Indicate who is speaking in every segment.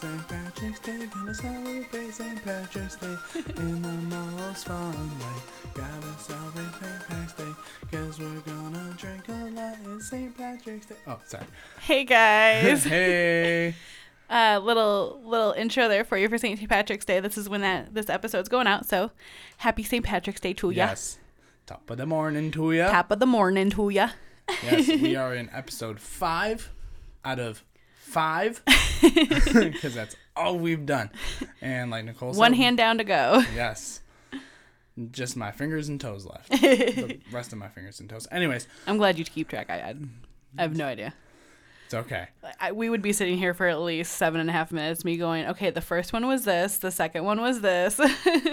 Speaker 1: St. Patrick's Day, gonna celebrate St. Patrick's Day in the most fun way. Gotta celebrate St. Patrick's Day, cause we're gonna drink a lot in St. Patrick's Day. Oh, sorry.
Speaker 2: Hey guys.
Speaker 1: hey!
Speaker 2: uh, little little intro there for you for St. Patrick's Day. This is when that this episode's going out. So, happy St. Patrick's Day to ya.
Speaker 1: Yes. Top of the morning to ya.
Speaker 2: Top of the morning to ya.
Speaker 1: yes, we are in episode five out of five because that's all we've done. And like Nicole said,
Speaker 2: One hand down to go.
Speaker 1: Yes. Just my fingers and toes left. the rest of my fingers and toes. Anyways,
Speaker 2: I'm glad you keep track. I I, I have no idea.
Speaker 1: it's okay.
Speaker 2: I, we would be sitting here for at least seven and a half minutes. Me going, okay, the first one was this, the second one was this.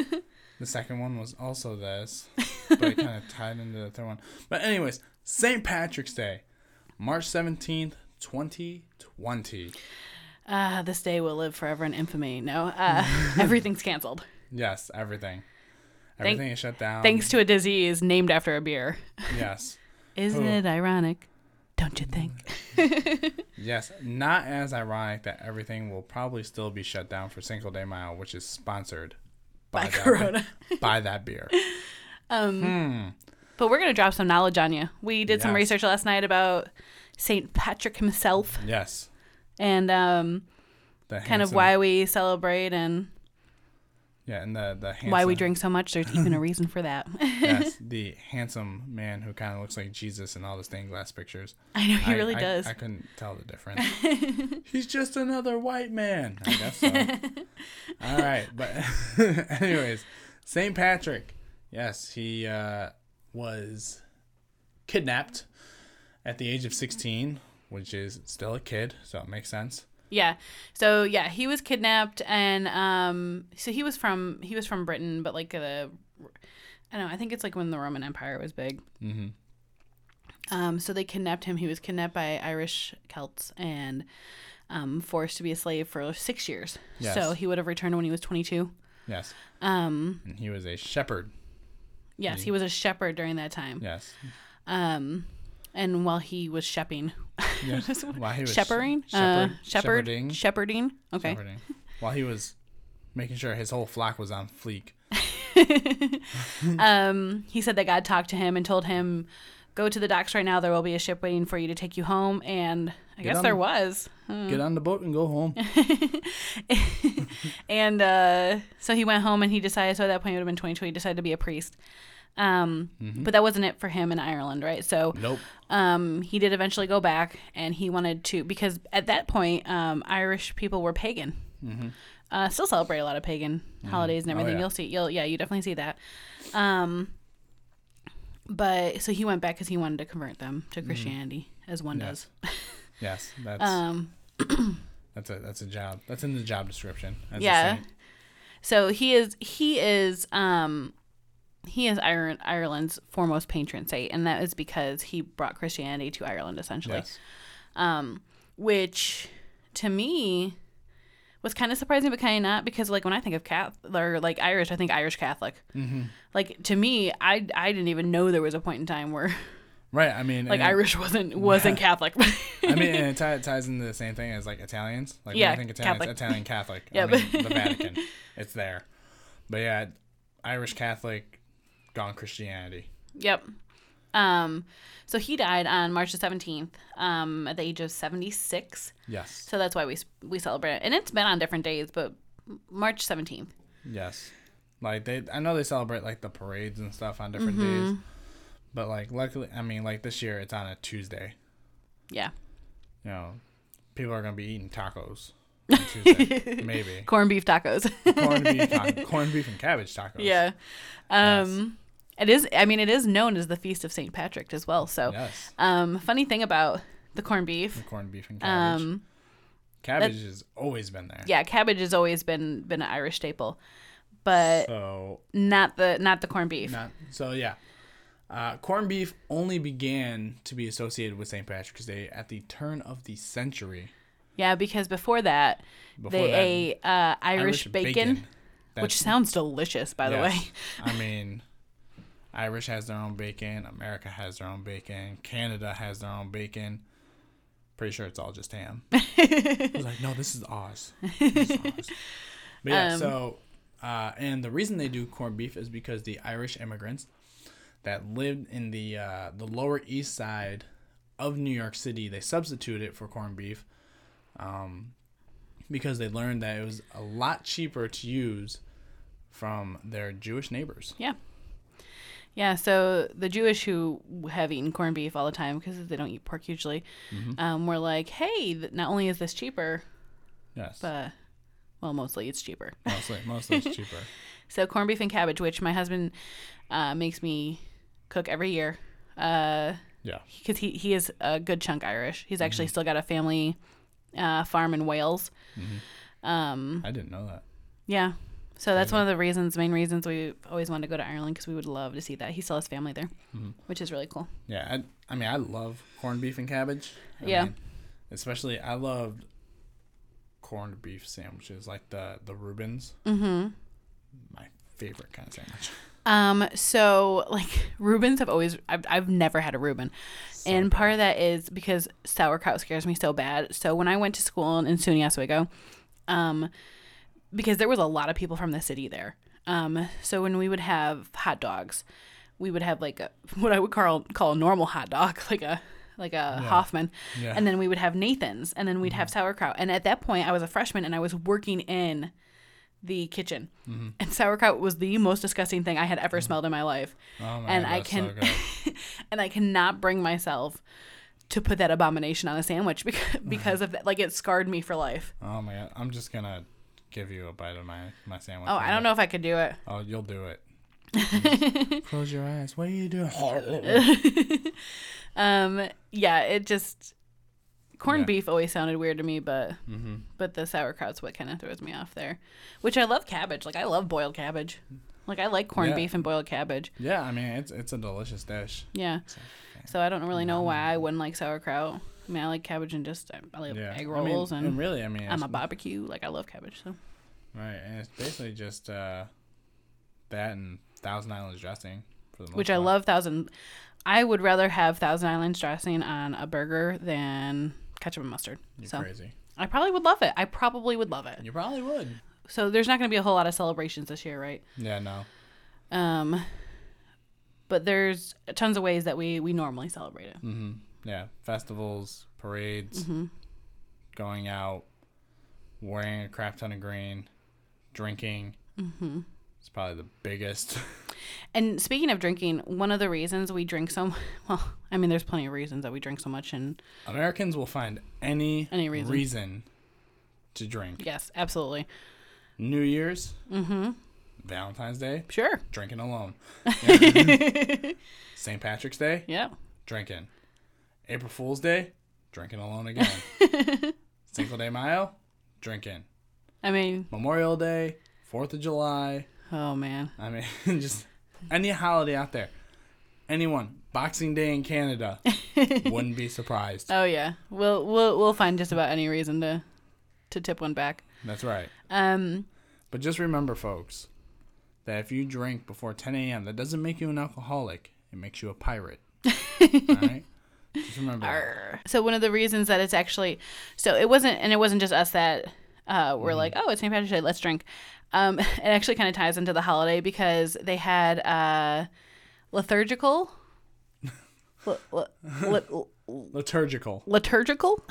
Speaker 1: The second one was also this, but it kind of tied into the third one. But anyways, St. Patrick's Day, March 17th, 2020.
Speaker 2: uh, this day will live forever in infamy. No, uh, everything's canceled
Speaker 1: Yes, everything.
Speaker 2: Thank-
Speaker 1: Everything is shut down.
Speaker 2: thanks to a disease named after a beer.
Speaker 1: Yes.
Speaker 2: Isn't
Speaker 1: Oh. Mm,
Speaker 2: it ironic? Don't you think?
Speaker 1: Yes, not as ironic that everything will probably still be shut down for Cinco de Mayo, which is sponsored by, that,
Speaker 2: Corona.
Speaker 1: by that beer.
Speaker 2: But we're gonna drop some knowledge on you. We did some
Speaker 1: Yes.
Speaker 2: research last night about Saint Patrick himself
Speaker 1: Yes,
Speaker 2: and um,
Speaker 1: the
Speaker 2: kind of why we celebrate and
Speaker 1: yeah, and the the handsome,
Speaker 2: why we drink so much. There's even a reason for that.
Speaker 1: yes, the handsome man who kind of looks like Jesus in all the stained glass pictures.
Speaker 2: I know he
Speaker 1: I-
Speaker 2: really
Speaker 1: I-
Speaker 2: does.
Speaker 1: I couldn't tell the difference. He's just another white man. I guess so. All right, but anyways, St. Patrick. Yes, he uh, was kidnapped at the age of 16, which is still a kid, so it makes sense.
Speaker 2: Yeah. So yeah, he was kidnapped and um so he was from he was from Britain, but like the I don't know, I think it's like when the Roman Empire was big. Mm-hmm. Um so they kidnapped him. He was kidnapped by Irish Celts and um forced to be a slave for 6 years.
Speaker 1: Yes.
Speaker 2: So he would have returned when he was 22.
Speaker 1: Yes,
Speaker 2: Um
Speaker 1: and he was a shepherd.
Speaker 2: yes, he was a shepherd during that time.
Speaker 1: Yes,
Speaker 2: Um and while he was shepping,
Speaker 1: yes. While he was
Speaker 2: shepherding,
Speaker 1: sh-
Speaker 2: uh,
Speaker 1: shepherd,
Speaker 2: shepherd,
Speaker 1: shepherding,
Speaker 2: shepherding. Okay,
Speaker 1: shepherding. While he was making sure his whole flock was on fleek.
Speaker 2: um, he said that God talked to him and told him, "Go to the docks right now. There will be a ship waiting for you to take you home." And I guess
Speaker 1: on
Speaker 2: there
Speaker 1: the-
Speaker 2: was.
Speaker 1: Get on the boat and go home.
Speaker 2: And uh, so he went home, and he decided. So at that point, it would have been twenty-two. He decided to be a priest. Um, But that wasn't it for him in Ireland, right? So
Speaker 1: Nope.
Speaker 2: um, he did eventually go back, and he wanted to because at that point, um, Irish people were pagan. Uh, still celebrate a lot of pagan holidays and everything.
Speaker 1: yeah.
Speaker 2: You'll see, you'll yeah, you definitely see that. Um, but so he went back because he wanted to convert them to Christianity, as one
Speaker 1: Yes.
Speaker 2: does.
Speaker 1: Yes, that's
Speaker 2: Um,
Speaker 1: that's a that's a job. That's in the job description. as a
Speaker 2: yeah.
Speaker 1: saint.
Speaker 2: So he is he is um he is Ireland Ireland's foremost patron saint, and that is because he brought Christianity to Ireland essentially.
Speaker 1: Yes.
Speaker 2: um, which to me was kind of surprising, but kind of not because like when I think of Cath or like Irish, I think Irish Catholic.
Speaker 1: Mm-hmm.
Speaker 2: Like to me, I I didn't even know there was a point in time where
Speaker 1: Right. I mean,
Speaker 2: like
Speaker 1: and-
Speaker 2: Irish wasn't wasn't Catholic.
Speaker 1: I mean, and it tie- ties into the same thing as like Italians. Like when
Speaker 2: Yeah,
Speaker 1: I think Italians,
Speaker 2: Catholic.
Speaker 1: Italian Catholic.
Speaker 2: Yeah,
Speaker 1: I mean,
Speaker 2: but-
Speaker 1: the Vatican. It's there. But yeah, Irish Catholic, gone Christianity.
Speaker 2: yep. Um, so he died on March the seventeenth, um, at the age of seventy six.
Speaker 1: Yes.
Speaker 2: So that's why we s- we celebrate it, and it's been on different days, but March seventeenth.
Speaker 1: Yes. Like they, I know they celebrate like the parades and stuff on different
Speaker 2: Mm-hmm.
Speaker 1: days. But like, luckily, I mean, like this year it's on a Tuesday.
Speaker 2: Yeah,
Speaker 1: You know, people are gonna be eating tacos. On Tuesday, maybe
Speaker 2: corned beef tacos.
Speaker 1: corned beef, taco, corned beef and cabbage tacos.
Speaker 2: Yeah. Um it is I mean it is known as the feast of St. Patrick as well. So
Speaker 1: Yes.
Speaker 2: um funny thing about the corned beef.
Speaker 1: corned beef and cabbage.
Speaker 2: Um
Speaker 1: cabbage has always been there.
Speaker 2: yeah, cabbage has always been been an Irish staple. But
Speaker 1: So
Speaker 2: not the not the corned beef.
Speaker 1: not so yeah. Uh, corned beef only began to be associated with St. Patrick's Day at the turn of the century.
Speaker 2: Yeah, because before that
Speaker 1: Before
Speaker 2: they
Speaker 1: that,
Speaker 2: ate uh, Irish, bacon, which
Speaker 1: That's-
Speaker 2: sounds delicious by the way.
Speaker 1: yes. I mean, Irish has their own bacon. America has their own bacon. Canada has their own bacon. Pretty sure it's all just ham. I was like, no, this is Oz. This is Oz. But yeah,
Speaker 2: Um,
Speaker 1: so uh, and the reason they do corned beef is because the Irish immigrants that lived in the uh, the Lower East Side of New York City, they substituted it for corned beef um, because they learned that it was a lot cheaper to use from their Jewish neighbors.
Speaker 2: Yeah. Yeah, so the Jewish who have eaten corned beef all the time because they don't eat pork usually
Speaker 1: Mm-hmm.
Speaker 2: um, were like, hey, th- not only is this cheaper,
Speaker 1: Yes,
Speaker 2: but, well, mostly it's cheaper.
Speaker 1: mostly mostly it's cheaper.
Speaker 2: So corned beef and cabbage, which my husband uh, makes me cook every year because
Speaker 1: Yeah,
Speaker 2: he, he is a good chunk Irish. He's actually
Speaker 1: Mm-hmm.
Speaker 2: still got a family uh, farm in Wales. Um,
Speaker 1: I didn't know that.
Speaker 2: Yeah. So that's one of the reasons, main reasons we always wanted to go to Ireland because we would love to see that. He still has family there,
Speaker 1: Mm-hmm.
Speaker 2: which is really cool.
Speaker 1: Yeah, I, I mean, I love corned beef and cabbage. I
Speaker 2: Yeah.
Speaker 1: mean, especially, I loved corned beef sandwiches, like the the Rubens. Mm-hmm. My favorite kind of sandwich.
Speaker 2: Um, so like Rubens have always, I've, I've never had a Reuben. and part of that is because sauerkraut scares me so bad. So when I went to school in, in SUNY Oswego, um, because there was a lot of people from the city there. Um, so when we would have hot dogs, we would have like a, what I would call call a normal hot dog, like a like a Hoffman,
Speaker 1: Yeah.
Speaker 2: and then we would have Nathan's, and then we'd have sauerkraut. And at that point, I was a freshman and I was working in the kitchen, and sauerkraut was the most disgusting thing I had ever smelled in my life.
Speaker 1: Oh my
Speaker 2: and
Speaker 1: God,
Speaker 2: I
Speaker 1: that's
Speaker 2: can,
Speaker 1: so good.
Speaker 2: and I cannot bring myself to put that abomination on a sandwich because because of that. Like it scarred me for life.
Speaker 1: oh my god, I'm just gonna give you a bite of my my sandwich.
Speaker 2: Oh, I don't know if I could do it.
Speaker 1: Oh, you'll do it. Just Close your eyes. What are you doing?
Speaker 2: Um, yeah, it just
Speaker 1: Yeah.
Speaker 2: corned
Speaker 1: Mm-hmm.
Speaker 2: beef always sounded weird to me, but but the sauerkraut's what kind of throws me off there. Which I love cabbage. Like I love boiled cabbage. Like I like corned
Speaker 1: Yeah.
Speaker 2: beef and boiled cabbage.
Speaker 1: yeah, I mean, it's it's a delicious dish.
Speaker 2: Yeah. So I don't really know why I wouldn't like sauerkraut. I mean, I like cabbage and just I like
Speaker 1: Yeah,
Speaker 2: egg
Speaker 1: I mean,
Speaker 2: rolls
Speaker 1: and,
Speaker 2: and
Speaker 1: really, I mean,
Speaker 2: I'm
Speaker 1: it's
Speaker 2: a barbecue. Like I love cabbage. So
Speaker 1: Right, and it's basically just uh, that and Thousand Islands dressing for the most
Speaker 2: which I
Speaker 1: part.
Speaker 2: love thousand. I would rather have Thousand Islands dressing on a burger than ketchup and mustard.
Speaker 1: You're
Speaker 2: so
Speaker 1: crazy.
Speaker 2: I probably would love it. I probably would love it.
Speaker 1: You probably would.
Speaker 2: So there's not going to be a whole lot of celebrations this year, right?
Speaker 1: Yeah, no.
Speaker 2: Um, but there's tons of ways that we we normally celebrate it.
Speaker 1: Yeah, festivals, parades,
Speaker 2: Mm-hmm.
Speaker 1: going out, wearing a crap ton of green, drinking. Mm-hmm. It's probably the biggest.
Speaker 2: And speaking of drinking, one of the reasons we drink so well, I mean, there's plenty of reasons that we drink so much, and
Speaker 1: Americans will find any,
Speaker 2: Any reason.
Speaker 1: to drink.
Speaker 2: yes, absolutely,
Speaker 1: New Year's, mm-hmm. Valentine's Day,
Speaker 2: sure,
Speaker 1: drinking alone. St. Patrick's Day,
Speaker 2: yeah,
Speaker 1: drinking. April Fool's Day, drinking alone again. Cinco de Mayo, drinking.
Speaker 2: I mean,
Speaker 1: Memorial Day, Fourth of July.
Speaker 2: oh man,
Speaker 1: I mean, just any holiday out there. Anyone. Boxing Day in Canada. Wouldn't be surprised.
Speaker 2: oh yeah, we'll we'll we'll find just about any reason to to tip one back.
Speaker 1: That's right.
Speaker 2: Um,
Speaker 1: But just remember, folks, that if you drink before 10 a.m., that doesn't make you an alcoholic. It makes you a pirate. All right? Just remember. that.
Speaker 2: So one of the reasons that it's actually so it wasn't and it wasn't just us that uh,
Speaker 1: Mm-hmm.
Speaker 2: were like, oh, it's St. Patrick's Day, let's drink. Um, it actually kind of ties into the holiday because they had uh, liturgical, li- li- li-
Speaker 1: Liturgical.
Speaker 2: liturgical.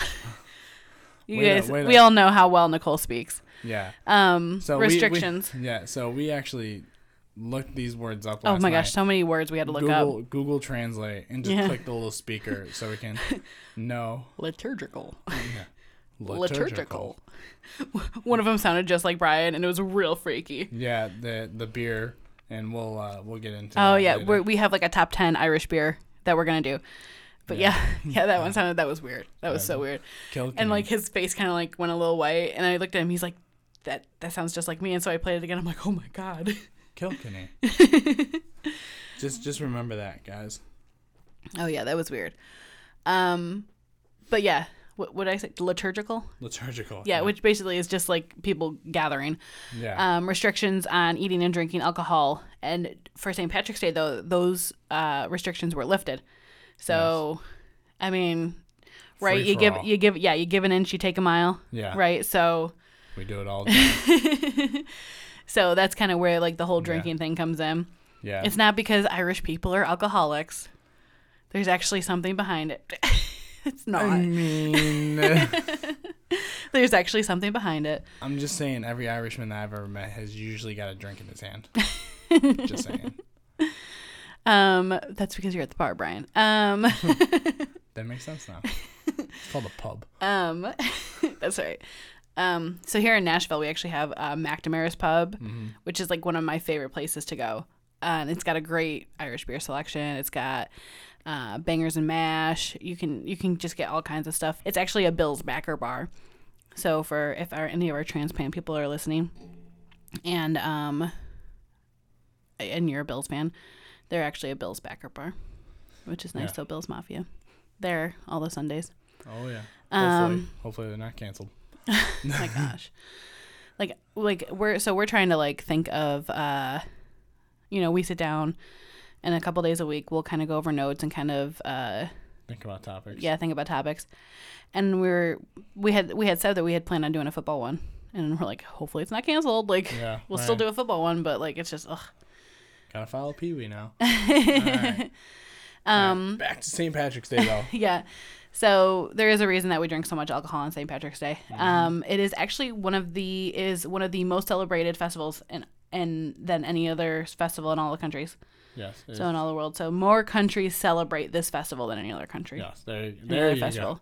Speaker 2: you
Speaker 1: Wait up,
Speaker 2: guys,
Speaker 1: wait
Speaker 2: we
Speaker 1: up.
Speaker 2: all know how well Nicole speaks.
Speaker 1: Yeah.
Speaker 2: Um,
Speaker 1: So we- we-
Speaker 2: restrictions.
Speaker 1: yeah. So we actually looked these words up
Speaker 2: oh
Speaker 1: last
Speaker 2: my
Speaker 1: night.
Speaker 2: gosh, so many words we had to look
Speaker 1: Google
Speaker 2: up.
Speaker 1: Google Translate and just
Speaker 2: Yeah.
Speaker 1: click the little speaker so we can know
Speaker 2: Liturgical.
Speaker 1: liturgical.
Speaker 2: Liturgical. One of them sounded just like Brian, and it was real freaky.
Speaker 1: Yeah, the the beer, and we'll uh, we'll get into.
Speaker 2: Oh
Speaker 1: that
Speaker 2: yeah,
Speaker 1: later.
Speaker 2: we're, we have like a top ten Irish beer that we're gonna do. But yeah, yeah, that one sounded that was weird. That was so weird.
Speaker 1: Kilkenny.
Speaker 2: And like his face kind of like went a little white, and I looked at him. He's like, that that sounds just like me. And so I played it again. I'm like, oh my god.
Speaker 1: Kilkenny. just just remember that, guys.
Speaker 2: Oh yeah, that was weird. Um, but yeah, what would I say? Liturgical.
Speaker 1: Liturgical.
Speaker 2: Yeah, which basically is just like people gathering.
Speaker 1: yeah.
Speaker 2: Um, restrictions on eating and drinking alcohol, and for St. Patrick's Day though, those uh, restrictions were lifted. So, I mean, right?
Speaker 1: Free
Speaker 2: You
Speaker 1: for
Speaker 2: give
Speaker 1: all.
Speaker 2: you give yeah, you give an inch, you take a mile.
Speaker 1: Yeah.
Speaker 2: Right? So
Speaker 1: We do it all the time.
Speaker 2: so that's kind of where like the whole drinking thing comes in.
Speaker 1: Yeah.
Speaker 2: It's not because Irish people are alcoholics. There's actually something behind it. it's not.
Speaker 1: I mean,
Speaker 2: There's actually something behind it.
Speaker 1: I'm just saying, every Irishman that I've ever met has usually got a drink in his hand. just saying.
Speaker 2: Um, that's because you're at the bar, Brian. Um,
Speaker 1: That makes sense now. It's called a pub.
Speaker 2: um, that's all right. Um, so here in Nashville, we actually have uh, McNamara's Pub, which is like one of my favorite places to go. Uh, and it's got a great Irish beer selection. It's got uh, bangers and mash. You can you can just get all kinds of stuff. It's actually a Bill's backer bar. So for if our, any of our transplant people are listening, and um, and you're a Bills fan, they're actually a Bills backer bar, which is nice.
Speaker 1: Yeah.
Speaker 2: So Bills Mafia, there all the Sundays.
Speaker 1: Oh yeah. Hopefully,
Speaker 2: Um,
Speaker 1: hopefully they're not canceled.
Speaker 2: my gosh like like we're so we're trying to like think of uh you know we sit down and a couple days a week we'll kind of go over notes and kind of uh
Speaker 1: Think about topics.
Speaker 2: yeah think about topics and we are we had we had said that we had planned on doing a football one and we're like hopefully it's not canceled like
Speaker 1: Yeah,
Speaker 2: we'll still
Speaker 1: right.
Speaker 2: do a football one but like it's just ugh.
Speaker 1: Gotta follow Pee Wee now. All right.
Speaker 2: um
Speaker 1: Back to St. Patrick's Day though.
Speaker 2: yeah. So there is a reason that we drink so much alcohol on St. Patrick's Day.
Speaker 1: Mm-hmm.
Speaker 2: Um, it is actually one of the is one of the most celebrated festivals in and than any other festival in all the countries.
Speaker 1: Yes. it
Speaker 2: So
Speaker 1: is.
Speaker 2: in all the world. So more countries celebrate this festival than any other country.
Speaker 1: Yes. There,
Speaker 2: Any
Speaker 1: there
Speaker 2: other
Speaker 1: you
Speaker 2: festival.
Speaker 1: go.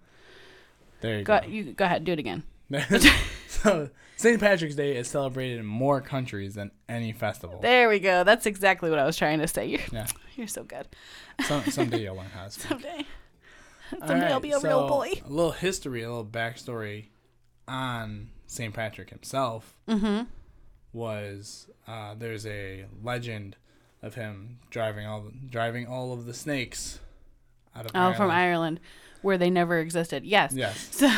Speaker 1: There you
Speaker 2: Go,
Speaker 1: go.
Speaker 2: you go ahead, do it again.
Speaker 1: so St. Patrick's Day is celebrated in more countries than any festival.
Speaker 2: There we go. That's exactly what I was trying to say. You're,
Speaker 1: Yeah.
Speaker 2: you're so good.
Speaker 1: Some, someday you'll learn how to speak.
Speaker 2: Someday. Someday I'll
Speaker 1: Alright,
Speaker 2: be a real
Speaker 1: so
Speaker 2: boy.
Speaker 1: A little history, a little backstory on St. Patrick himself
Speaker 2: Mm-hmm.
Speaker 1: was uh, there's a legend of him driving all driving all of the snakes out of
Speaker 2: Oh, from
Speaker 1: Ireland.
Speaker 2: Ireland, where they never existed. Yes.
Speaker 1: Yes.
Speaker 2: So,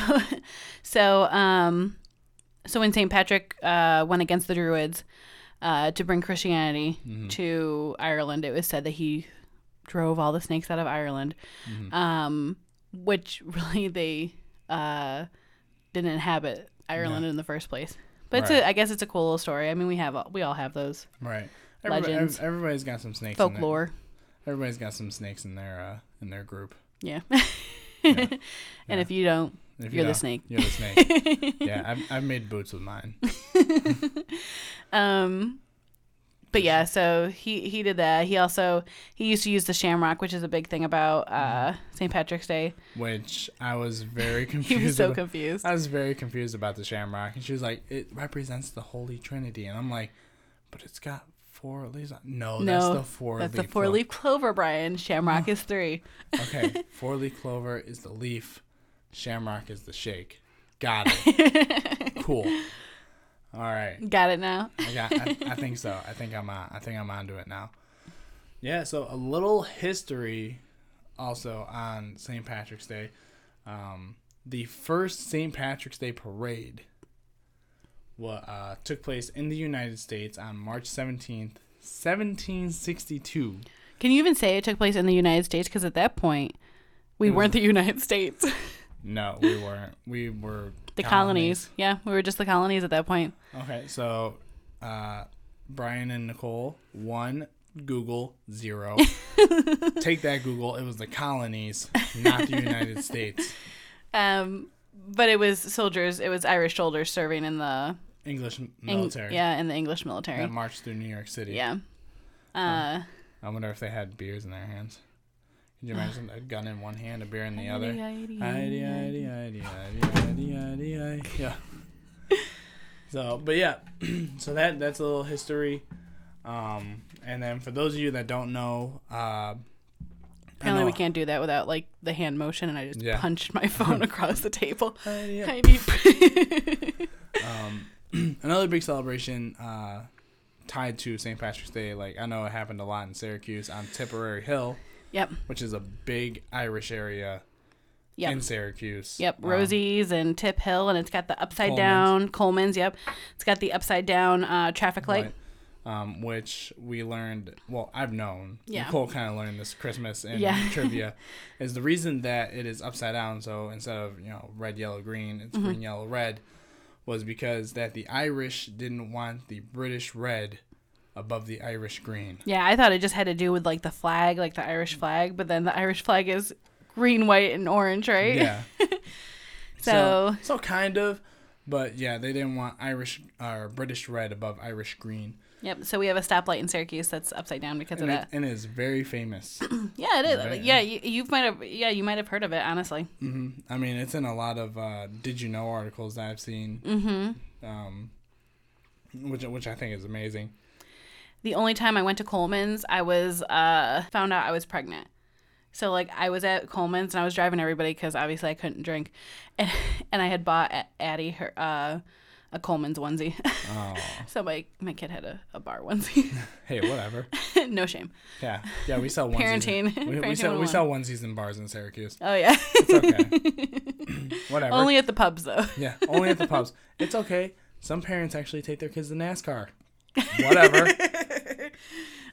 Speaker 2: so, um, so when Saint Patrick uh, went against the Druids uh, to bring Christianity
Speaker 1: Mm-hmm,
Speaker 2: to Ireland, it was said that he drove all the snakes out of Ireland,
Speaker 1: mm-hmm.
Speaker 2: um, which really they uh, didn't inhabit Ireland in the first place. But it's
Speaker 1: Right.
Speaker 2: a, I guess it's a cool little story. I mean, we have uh, we all have those
Speaker 1: Right. Everybody,
Speaker 2: Legends.
Speaker 1: ev- everybody's got some snakes. in their-
Speaker 2: folklore.
Speaker 1: Everybody's got some snakes in their uh, in their group.
Speaker 2: Yeah. and if you don't,
Speaker 1: If
Speaker 2: You're the
Speaker 1: don't,
Speaker 2: snake.
Speaker 1: You're the snake. yeah, I've, I've made boots with mine.
Speaker 2: Um, but yeah, so he he did that. He also he used to use the shamrock, which is a big thing about uh,
Speaker 1: Mm-hmm.
Speaker 2: St. Patrick's Day.
Speaker 1: which I was very
Speaker 2: He
Speaker 1: confused.
Speaker 2: was so
Speaker 1: about.
Speaker 2: confused.
Speaker 1: I was very confused about the shamrock, and she was like, "It represents the Holy Trinity," and I'm like, "But it's got four leaves." On. No, that's
Speaker 2: No,
Speaker 1: the four.
Speaker 2: That's
Speaker 1: leaf Mm-hmm.
Speaker 2: the four leaf clover, Brian. Shamrock is three.
Speaker 1: clo- okay, four leaf clover is the leaf. Shamrock is the shake. Got it. cool. All right.
Speaker 2: Got it now.
Speaker 1: I, got, I, I think so. I think I'm on. I think I'm onto it now. Yeah. So a little history, also on St. Patrick's Day, um, the first St. Patrick's Day parade, wa uh, took place in the United States on March seventeenth, seventeen sixty-two.
Speaker 2: Can you even say it took place in the United States? Because at that point, we weren't the United States.
Speaker 1: No, we weren't. We were
Speaker 2: the colonies. Yeah, we were just the colonies at that point.
Speaker 1: Okay. So, uh, Brian and Nicole one. Google zero. Take that, Google. It was the colonies, not the United States.
Speaker 2: Um, but it was soldiers. It was Irish soldiers serving in the
Speaker 1: English
Speaker 2: Eng-
Speaker 1: military
Speaker 2: yeah, in the English military.
Speaker 1: that marched through New York City.
Speaker 2: yeah. Uh,
Speaker 1: I wonder if they had beers in their hands. Could you imagine a gun in one hand, a beer in the other? Idea, idea, idea, idea, idea, idea, idea. Yeah. So, but yeah, so that that's a little history. Um, and then for those of you that don't know, uh, I
Speaker 2: Apparently,
Speaker 1: know-
Speaker 2: we can't do that without like the hand motion, and I just
Speaker 1: Yeah.
Speaker 2: punched my phone across the table.
Speaker 1: Idea.
Speaker 2: I need.
Speaker 1: um, another big celebration uh, tied to St. Patrick's Day. Like I know it happened a lot in Syracuse on Tipperary Hill,
Speaker 2: yep,
Speaker 1: which is a big Irish area
Speaker 2: Yep.
Speaker 1: in Syracuse.
Speaker 2: yep.
Speaker 1: Um,
Speaker 2: Rosie's and Tip Hill, and it's got the upside
Speaker 1: Coleman's.
Speaker 2: down Coleman's. Yep, it's got the upside down uh, traffic light.
Speaker 1: right. um, which we learned. Well, I've known.
Speaker 2: Yeah.
Speaker 1: Nicole kind of learned this Christmas in
Speaker 2: Yeah.
Speaker 1: trivia, is the reason that it is upside down. So instead of you know red, yellow, green,
Speaker 2: Mm-hmm.
Speaker 1: it's green, yellow, red, was because that the Irish didn't want the British red above the Irish green.
Speaker 2: Yeah, I thought it just had to do with like the flag, like the Irish flag, but then the Irish flag is green, white, and orange, right?
Speaker 1: Yeah.
Speaker 2: So-
Speaker 1: so kind of, but yeah, they didn't want Irish or British red above Irish green,
Speaker 2: Yep. So we have a stoplight in Syracuse that's upside down because of
Speaker 1: and, it,
Speaker 2: that.
Speaker 1: and it is very famous.
Speaker 2: Yeah, it is.
Speaker 1: Right,
Speaker 2: Like, yeah, you, you might have. Yeah, you might have heard of it. Honestly,
Speaker 1: Mhm. I mean, it's in a lot of uh, did you know articles that I've seen, mm-hmm. um, which which I think is amazing.
Speaker 2: the only time I went to Coleman's, I was uh, found out I was pregnant. So like I was at Coleman's and I was driving everybody because obviously I couldn't drink, and and I had bought A- Addie her uh, a Coleman's onesie.
Speaker 1: Oh,
Speaker 2: so my my kid had a, a bar onesie.
Speaker 1: hey, whatever.
Speaker 2: no shame.
Speaker 1: Yeah, yeah, we sell onesies.
Speaker 2: Parenting.
Speaker 1: We, we
Speaker 2: Parenting
Speaker 1: sell we
Speaker 2: 101.
Speaker 1: sell onesies in bars in Syracuse.
Speaker 2: Oh yeah.
Speaker 1: It's okay. whatever.
Speaker 2: Only at the pubs though.
Speaker 1: Yeah, only at the pubs. It's okay. Some parents actually take their kids to NASCAR. Whatever.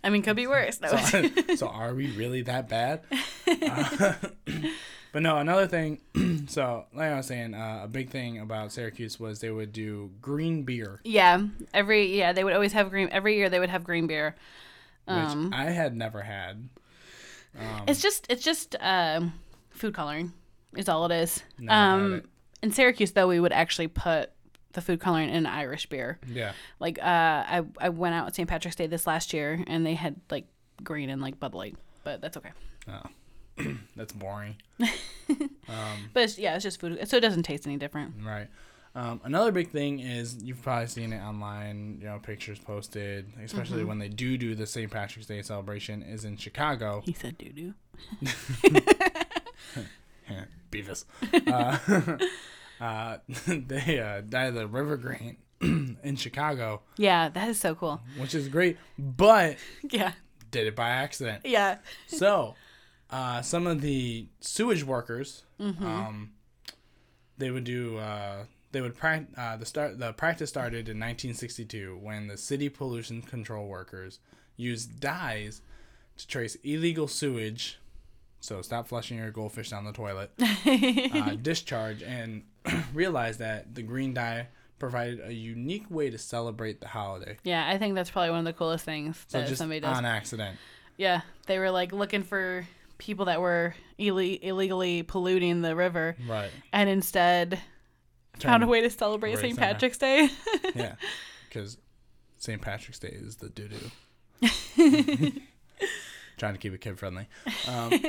Speaker 2: I mean, could be worse. No.
Speaker 1: so, so are we really that bad? Uh, but no, another thing. so like I was saying, uh, a big thing about Syracuse was they would do green beer,
Speaker 2: yeah. Every yeah, they would always have green. Every year they would have green beer.
Speaker 1: which
Speaker 2: Um,
Speaker 1: I had never had.
Speaker 2: it's just it's just um, food coloring is all it is.
Speaker 1: Never had
Speaker 2: Um,
Speaker 1: it.
Speaker 2: in Syracuse though, we would actually put the food coloring in Irish beer.
Speaker 1: Yeah.
Speaker 2: Like uh, I I went out St. Patrick's Day this last year and they had like green and like Bud Light, but that's okay.
Speaker 1: Oh. That's boring.
Speaker 2: But it's, yeah, it's just food, so it doesn't taste any different.
Speaker 1: Right. Um, another big thing is you've probably seen it online, you know, pictures posted, especially when they do do the St. Patrick's Day celebration, is in Chicago.
Speaker 2: He said doo doo.
Speaker 1: Beavis. Uh, uh, they uh, dye the river green in Chicago,
Speaker 2: Yeah, that is so cool.
Speaker 1: which is great, but
Speaker 2: Yeah,
Speaker 1: did it by accident.
Speaker 2: yeah.
Speaker 1: So, uh, some of the sewage workers,
Speaker 2: Mm-hmm.
Speaker 1: um, they would do. Uh, they would prac- uh, the start. The practice started in 1962 when the city pollution control workers used dyes to trace illegal sewage. So stop flushing your goldfish down the toilet. uh, discharge and realized that the green dye provided a unique way to celebrate the holiday.
Speaker 2: Yeah, I think that's probably one of the coolest things
Speaker 1: So
Speaker 2: that
Speaker 1: just
Speaker 2: somebody does.
Speaker 1: on accident.
Speaker 2: Yeah, they were like looking for people that were Ill- illegally polluting the river,
Speaker 1: Right.
Speaker 2: and instead found a way to celebrate
Speaker 1: Right,
Speaker 2: St.
Speaker 1: St. Pat-
Speaker 2: Patrick's Day.
Speaker 1: yeah, because St. Patrick's Day is the doo doo. Trying to keep it kid friendly. Um,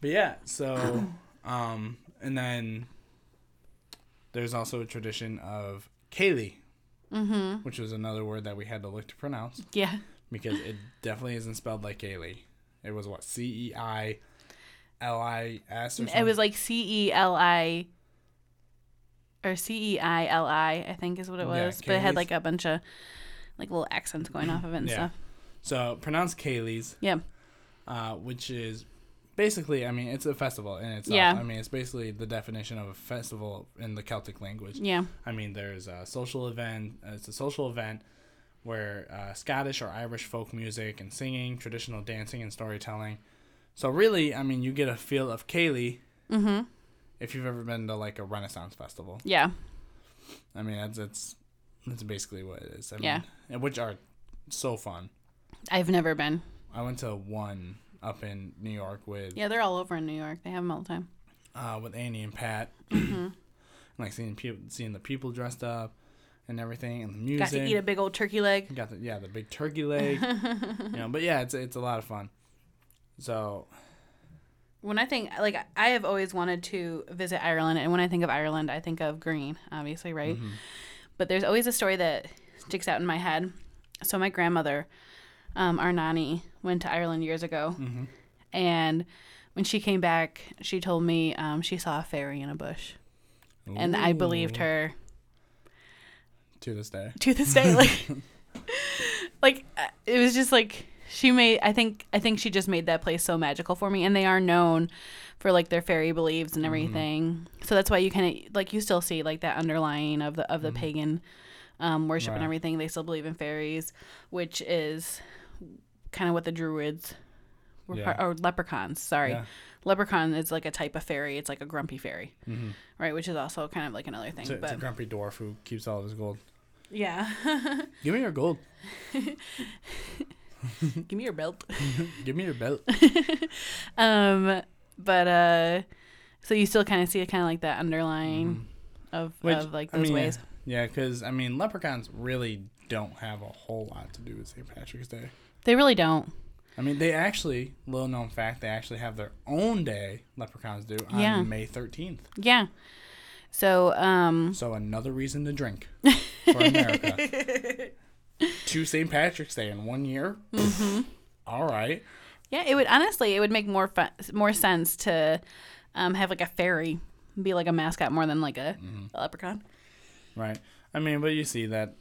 Speaker 1: but yeah, so um, and then there's also a tradition of Kaylee, mm-hmm. which was another word that we had to look to pronounce
Speaker 2: yeah,
Speaker 1: because it definitely isn't spelled like Kaylee. It was what C E I L I S or something.
Speaker 2: it was like C E L I or C E I L I, I think is what it
Speaker 1: Yeah,
Speaker 2: was. but it had
Speaker 1: Kaylee's.
Speaker 2: like a bunch of like little accents going off of it and
Speaker 1: Yeah.
Speaker 2: stuff.
Speaker 1: so pronounce Kaylee's.
Speaker 2: Yeah,
Speaker 1: uh, which is basically, I mean, it's a festival in itself.
Speaker 2: Yeah.
Speaker 1: I mean, it's basically the definition of a festival in the Celtic language.
Speaker 2: yeah,
Speaker 1: I mean, there's a social event. uh, It's a social event where uh, Scottish or Irish folk music and singing, traditional dancing and storytelling. So really, I mean, you get a feel of Cayley. Mm-hmm. If you've ever been to like a Renaissance festival,
Speaker 2: yeah,
Speaker 1: I mean, that's that's that's basically what it is. I
Speaker 2: Yeah.
Speaker 1: mean, and which are so fun.
Speaker 2: I've never been.
Speaker 1: I went to one up in New York with
Speaker 2: Yeah, they're all over in New York. They have them all the time.
Speaker 1: uh, with Annie and Pat,
Speaker 2: Mm-hmm.
Speaker 1: like seeing people, seeing the people dressed up and everything, and the music.
Speaker 2: Got to eat a big old turkey leg.
Speaker 1: Got the yeah, the big turkey leg. you know, but yeah, it's it's a lot of fun. So
Speaker 2: When I think like I have always wanted to visit Ireland, and when I think of Ireland, I think of green, obviously, right? But there's always a story that sticks out in my head. So my grandmother, um, our nanny, went to Ireland years ago, and when she came back, she told me um, she saw a fairy in a bush, and I believed
Speaker 1: Ooh,
Speaker 2: her
Speaker 1: to this day.
Speaker 2: to this day. Like, like uh, it was just like she made. I think I think she just made that place so magical for me. And they are known for like their fairy beliefs
Speaker 1: Mm-hmm.
Speaker 2: and everything. So that's why you kind of like you still see like that underlying of the of the pagan um, worship and
Speaker 1: Mm-hmm. Right.
Speaker 2: everything. They still believe in fairies, which is kind of what the druids were
Speaker 1: Yeah.
Speaker 2: part, or leprechauns. Sorry,
Speaker 1: Yeah.
Speaker 2: leprechaun is like a type of fairy. It's like a grumpy fairy,
Speaker 1: Mhm.
Speaker 2: right? Which is also kind of like another thing.
Speaker 1: It's a, it's
Speaker 2: but
Speaker 1: a grumpy dwarf who keeps all of his gold.
Speaker 2: yeah,
Speaker 1: Give me your gold.
Speaker 2: give me your belt.
Speaker 1: Give me your belt.
Speaker 2: Um, but uh, so you still kind of see it, kind of like that underlying of,
Speaker 1: Which,
Speaker 2: of like
Speaker 1: Mm-hmm. I
Speaker 2: those
Speaker 1: mean, yeah.
Speaker 2: ways.
Speaker 1: Yeah, because I mean, leprechauns really don't have a whole lot to do with St. Patrick's Day.
Speaker 2: They really don't.
Speaker 1: I mean, they actually, little known fact, they actually have their own day. Leprechauns do on
Speaker 2: Yeah.
Speaker 1: May thirteenth.
Speaker 2: Yeah. So um,
Speaker 1: So another reason to drink for America. Two St. Patrick's Day in one year.
Speaker 2: Mm-hmm.
Speaker 1: All right.
Speaker 2: yeah, it would honestly it would make more fun, more sense to um, have like a fairy be like a mascot more than like a,
Speaker 1: Mm-hmm.
Speaker 2: a leprechaun.
Speaker 1: Right. I mean, but you see that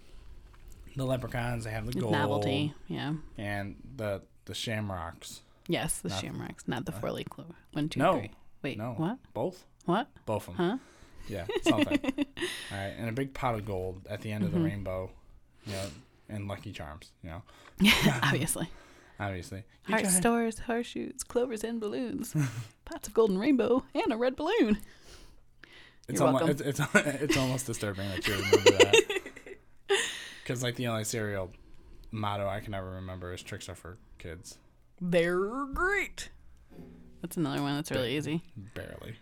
Speaker 1: the leprechauns they have the
Speaker 2: It's
Speaker 1: gold
Speaker 2: novelty. Yeah.
Speaker 1: and the the shamrocks.
Speaker 2: Yes, the shamrocks, not the four leaf clover. One, two, three.
Speaker 1: uh, No.
Speaker 2: Wait,
Speaker 1: No.
Speaker 2: what?
Speaker 1: Both.
Speaker 2: What?
Speaker 1: Both of them.
Speaker 2: Huh?
Speaker 1: Yeah. Something. All right. And a big pot of gold at the end
Speaker 2: Mm-hmm.
Speaker 1: of the rainbow. You know, and Lucky Charms. You know,
Speaker 2: Yeah, obviously.
Speaker 1: obviously. You
Speaker 2: Heart
Speaker 1: try-
Speaker 2: stores, horseshoes, clovers, and balloons. Pots of golden rainbow and a red balloon.
Speaker 1: It's
Speaker 2: You're
Speaker 1: almost
Speaker 2: welcome.
Speaker 1: it's, it's it's almost disturbing that you remember that. Because like the only cereal motto I can ever remember is "tricks are for kids."
Speaker 2: They're great. That's another one that's really easy.
Speaker 1: Barely.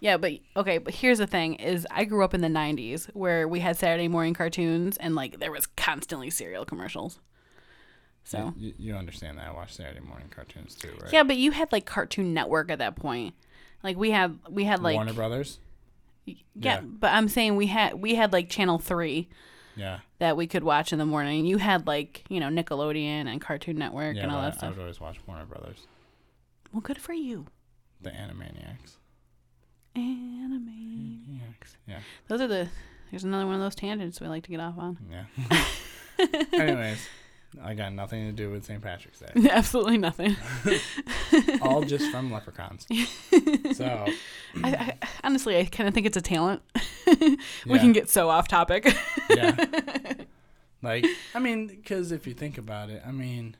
Speaker 2: Yeah, but okay, but here's the thing is I grew up in the 90s where we had Saturday morning cartoons and like there was constantly cereal commercials. So, yeah,
Speaker 1: You, you understand that? I watch Saturday morning cartoons too, right?
Speaker 2: but you had like Cartoon Network at that point. Like we had we had like
Speaker 1: Warner Brothers.
Speaker 2: yeah,
Speaker 1: yeah.
Speaker 2: but I'm saying we had we had like Channel 3
Speaker 1: Yeah.
Speaker 2: that we could watch in the morning. You had like, you know, Nickelodeon and Cartoon Network
Speaker 1: Yeah.
Speaker 2: and all
Speaker 1: but I,
Speaker 2: that
Speaker 1: I
Speaker 2: stuff.
Speaker 1: would always watch Warner Brothers.
Speaker 2: Well, good for you.
Speaker 1: The Animaniacs. Hmm.
Speaker 2: Anime.
Speaker 1: Yeah.
Speaker 2: Those are the there's another one of those tangents we like to get off on.
Speaker 1: Yeah. Anyways, I got nothing to do with St. Patrick's Day.
Speaker 2: Absolutely nothing.
Speaker 1: All just from leprechauns. So
Speaker 2: I, I, honestly, I kind of think it's a talent. we
Speaker 1: Yeah.
Speaker 2: can get so off topic.
Speaker 1: yeah. Like, I mean, because if you think about it, I mean,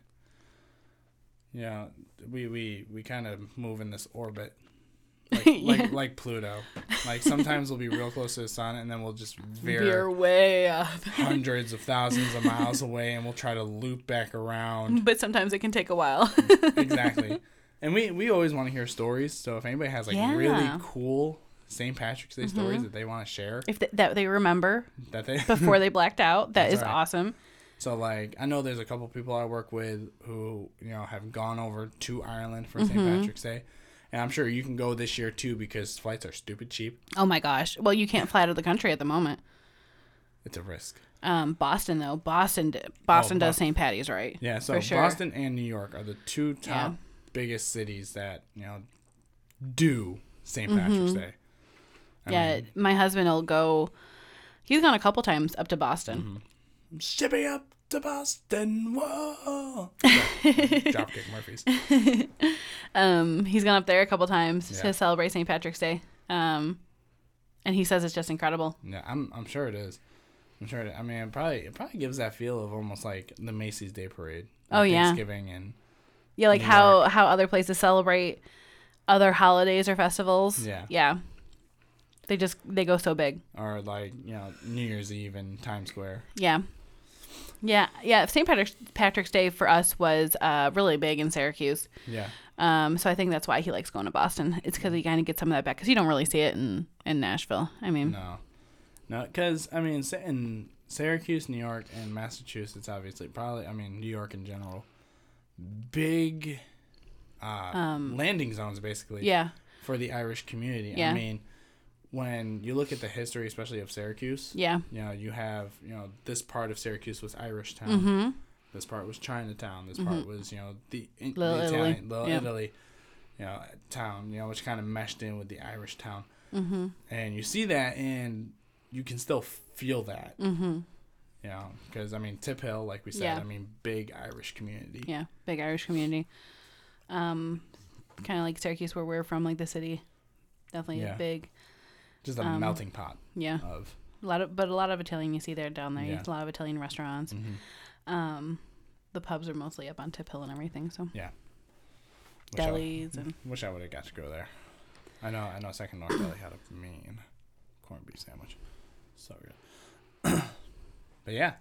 Speaker 1: you know, we we we kind of move in this orbit, like like, like Pluto. Like sometimes we'll be real close to the sun, and then we'll just veer
Speaker 2: You're way off.
Speaker 1: hundreds of thousands of miles away, and we'll try to loop back around.
Speaker 2: But sometimes it can take a while.
Speaker 1: exactly. And we we always want to hear stories. So if anybody has like really
Speaker 2: Yeah.
Speaker 1: cool St. Patrick's Day stories that they want to share,
Speaker 2: if th- that they remember
Speaker 1: that they
Speaker 2: before they blacked out, that
Speaker 1: That's
Speaker 2: is
Speaker 1: right.
Speaker 2: awesome.
Speaker 1: So like I know there's a couple people I work with who you know have gone over to Ireland for
Speaker 2: Mm-hmm.
Speaker 1: St. Patrick's Day, and I'm sure you can go this year too because flights are stupid cheap.
Speaker 2: Oh my gosh. Well, you can't fly out of the country at the moment.
Speaker 1: It's a risk.
Speaker 2: Um, Boston though, Boston, d- Boston does
Speaker 1: Boston.
Speaker 2: St. Patty's, right?
Speaker 1: Oh, Yeah. So
Speaker 2: For sure.
Speaker 1: Boston and New York are the two top
Speaker 2: Yeah.
Speaker 1: biggest cities that you know do St.
Speaker 2: Mm-hmm.
Speaker 1: Patrick's Day. I
Speaker 2: yeah.
Speaker 1: mean,
Speaker 2: my husband will go. He's gone a couple times up to
Speaker 1: Mm-hmm.
Speaker 2: Boston.
Speaker 1: Shipping up to Boston. Whoa. Yeah. Dropkick Murphys.
Speaker 2: Um, he's gone up there a couple times
Speaker 1: Yeah.
Speaker 2: to celebrate St. Patrick's Day. Um, and he says it's just incredible.
Speaker 1: Yeah, I'm I'm sure it is. I'm sure. It, I mean, it probably it probably gives that feel of almost like the Macy's Day Parade.
Speaker 2: Oh,
Speaker 1: Like
Speaker 2: yeah.
Speaker 1: Thanksgiving and
Speaker 2: Yeah, like
Speaker 1: New
Speaker 2: how how other places celebrate other holidays or festivals.
Speaker 1: Yeah.
Speaker 2: Yeah. They just they go so big.
Speaker 1: or like you know New Year's Eve in Times Square.
Speaker 2: Yeah. Yeah, yeah. St. Patrick's, Patrick's Day for us was uh, really big in Syracuse,
Speaker 1: Yeah,
Speaker 2: um, so I think that's why he likes going to Boston. It's because he kind of gets some of that back because you don't really see it in, in Nashville. I mean,
Speaker 1: no, no, because I mean Sy- in Syracuse, New York, and Massachusetts, obviously, probably I mean New York in general, big uh, landing zones basically.
Speaker 2: Um, yeah,
Speaker 1: for the Irish community. I
Speaker 2: Yeah.
Speaker 1: mean, when you look at the history, especially of Syracuse,
Speaker 2: yeah,
Speaker 1: you know, you have, you know, this part of Syracuse was Irish town.
Speaker 2: Mm-hmm.
Speaker 1: This part was Chinatown. This part was, you know, the, in,
Speaker 2: Little
Speaker 1: the
Speaker 2: Italy.
Speaker 1: Italian, little
Speaker 2: Yeah.
Speaker 1: Italy, you know, town, you know, which kind of meshed in with the Irish town. Mm-hmm. And you see that and you can still feel that. Mm-hmm. You know, because, I mean, Tip Hill, like we said,
Speaker 2: Yeah.
Speaker 1: I mean, big Irish community.
Speaker 2: yeah. Big Irish community, um, kind of like Syracuse where we're from, like the city, definitely
Speaker 1: Yeah.
Speaker 2: a big,
Speaker 1: Just a melting pot
Speaker 2: yeah.
Speaker 1: of
Speaker 2: A lot of, but a lot of Italian you see there down there.
Speaker 1: Yeah.
Speaker 2: A lot of Italian restaurants.
Speaker 1: Mhm.
Speaker 2: Um, the pubs are mostly up on Tip Hill and everything. So
Speaker 1: Yeah. Wish I-
Speaker 2: delis and
Speaker 1: Wish I would have got to go there. I know, I know. Second North Deli had a mean corned beef sandwich, so good. but yeah,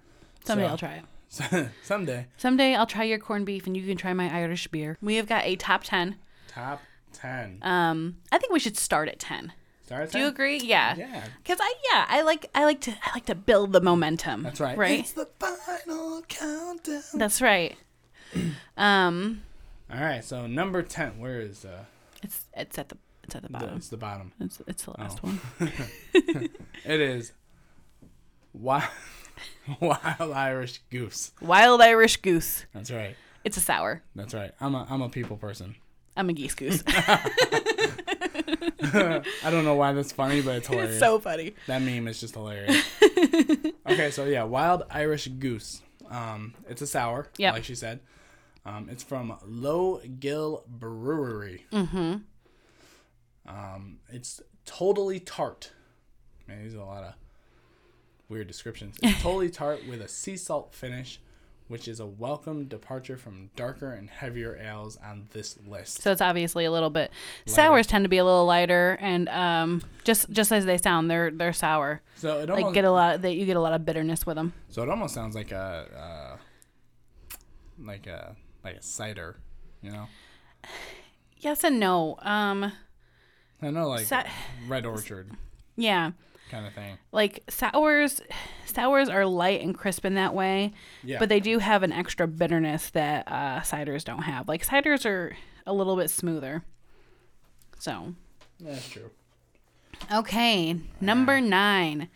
Speaker 2: someday
Speaker 1: Mm. So-
Speaker 2: I'll try it.
Speaker 1: someday
Speaker 2: Someday I'll try your corned beef and you can try my Irish beer. We have got a top ten.
Speaker 1: top ten.
Speaker 2: Um, I think we should start at ten.
Speaker 1: Start at
Speaker 2: Do you
Speaker 1: 10?
Speaker 2: agree? Yeah.
Speaker 1: Yeah,
Speaker 2: Cause I yeah I like I like to I like to build the momentum.
Speaker 1: that's right.
Speaker 2: Right.
Speaker 1: It's the final countdown.
Speaker 2: That's right. um,
Speaker 1: All right, so number ten. Where is uh?
Speaker 2: it's it's at the it's at the
Speaker 1: The, Oh.
Speaker 2: bottom.
Speaker 1: it's the bottom.
Speaker 2: It's it's the last one.
Speaker 1: It is. Wild, wild Irish goose.
Speaker 2: Wild Irish Goose.
Speaker 1: That's right.
Speaker 2: It's a sour.
Speaker 1: That's right. I'm a I'm a people person.
Speaker 2: I'm a geese goose.
Speaker 1: I don't know why that's funny, but it's hilarious.
Speaker 2: it's so funny.
Speaker 1: That meme is just hilarious. okay, so yeah, wild Irish goose. Um, it's a sour,
Speaker 2: Yep.
Speaker 1: like she said. Um, it's from Low Gill Brewery. Mm-hmm. Um, it's totally tart. Man, these are a lot of weird descriptions. It's totally tart with a sea salt finish, which is a welcome departure from darker and heavier ales on this list.
Speaker 2: So it's obviously a little bit sours tend to be a little lighter and um just just as they sound they're they're sour.
Speaker 1: So it
Speaker 2: Like
Speaker 1: almost
Speaker 2: get a lot that you get a lot of bitterness with them.
Speaker 1: so it almost sounds like a uh, like a like a cider, you know.
Speaker 2: Yes and no. Um
Speaker 1: I know, like
Speaker 2: Sa-
Speaker 1: Red Orchard
Speaker 2: yeah.
Speaker 1: kind of thing.
Speaker 2: Like sours sours are light and crisp in that way,
Speaker 1: Yeah.
Speaker 2: but they do have an extra bitterness that uh ciders don't have. Like ciders are a little bit smoother. So,
Speaker 1: That's true.
Speaker 2: Okay, number nine,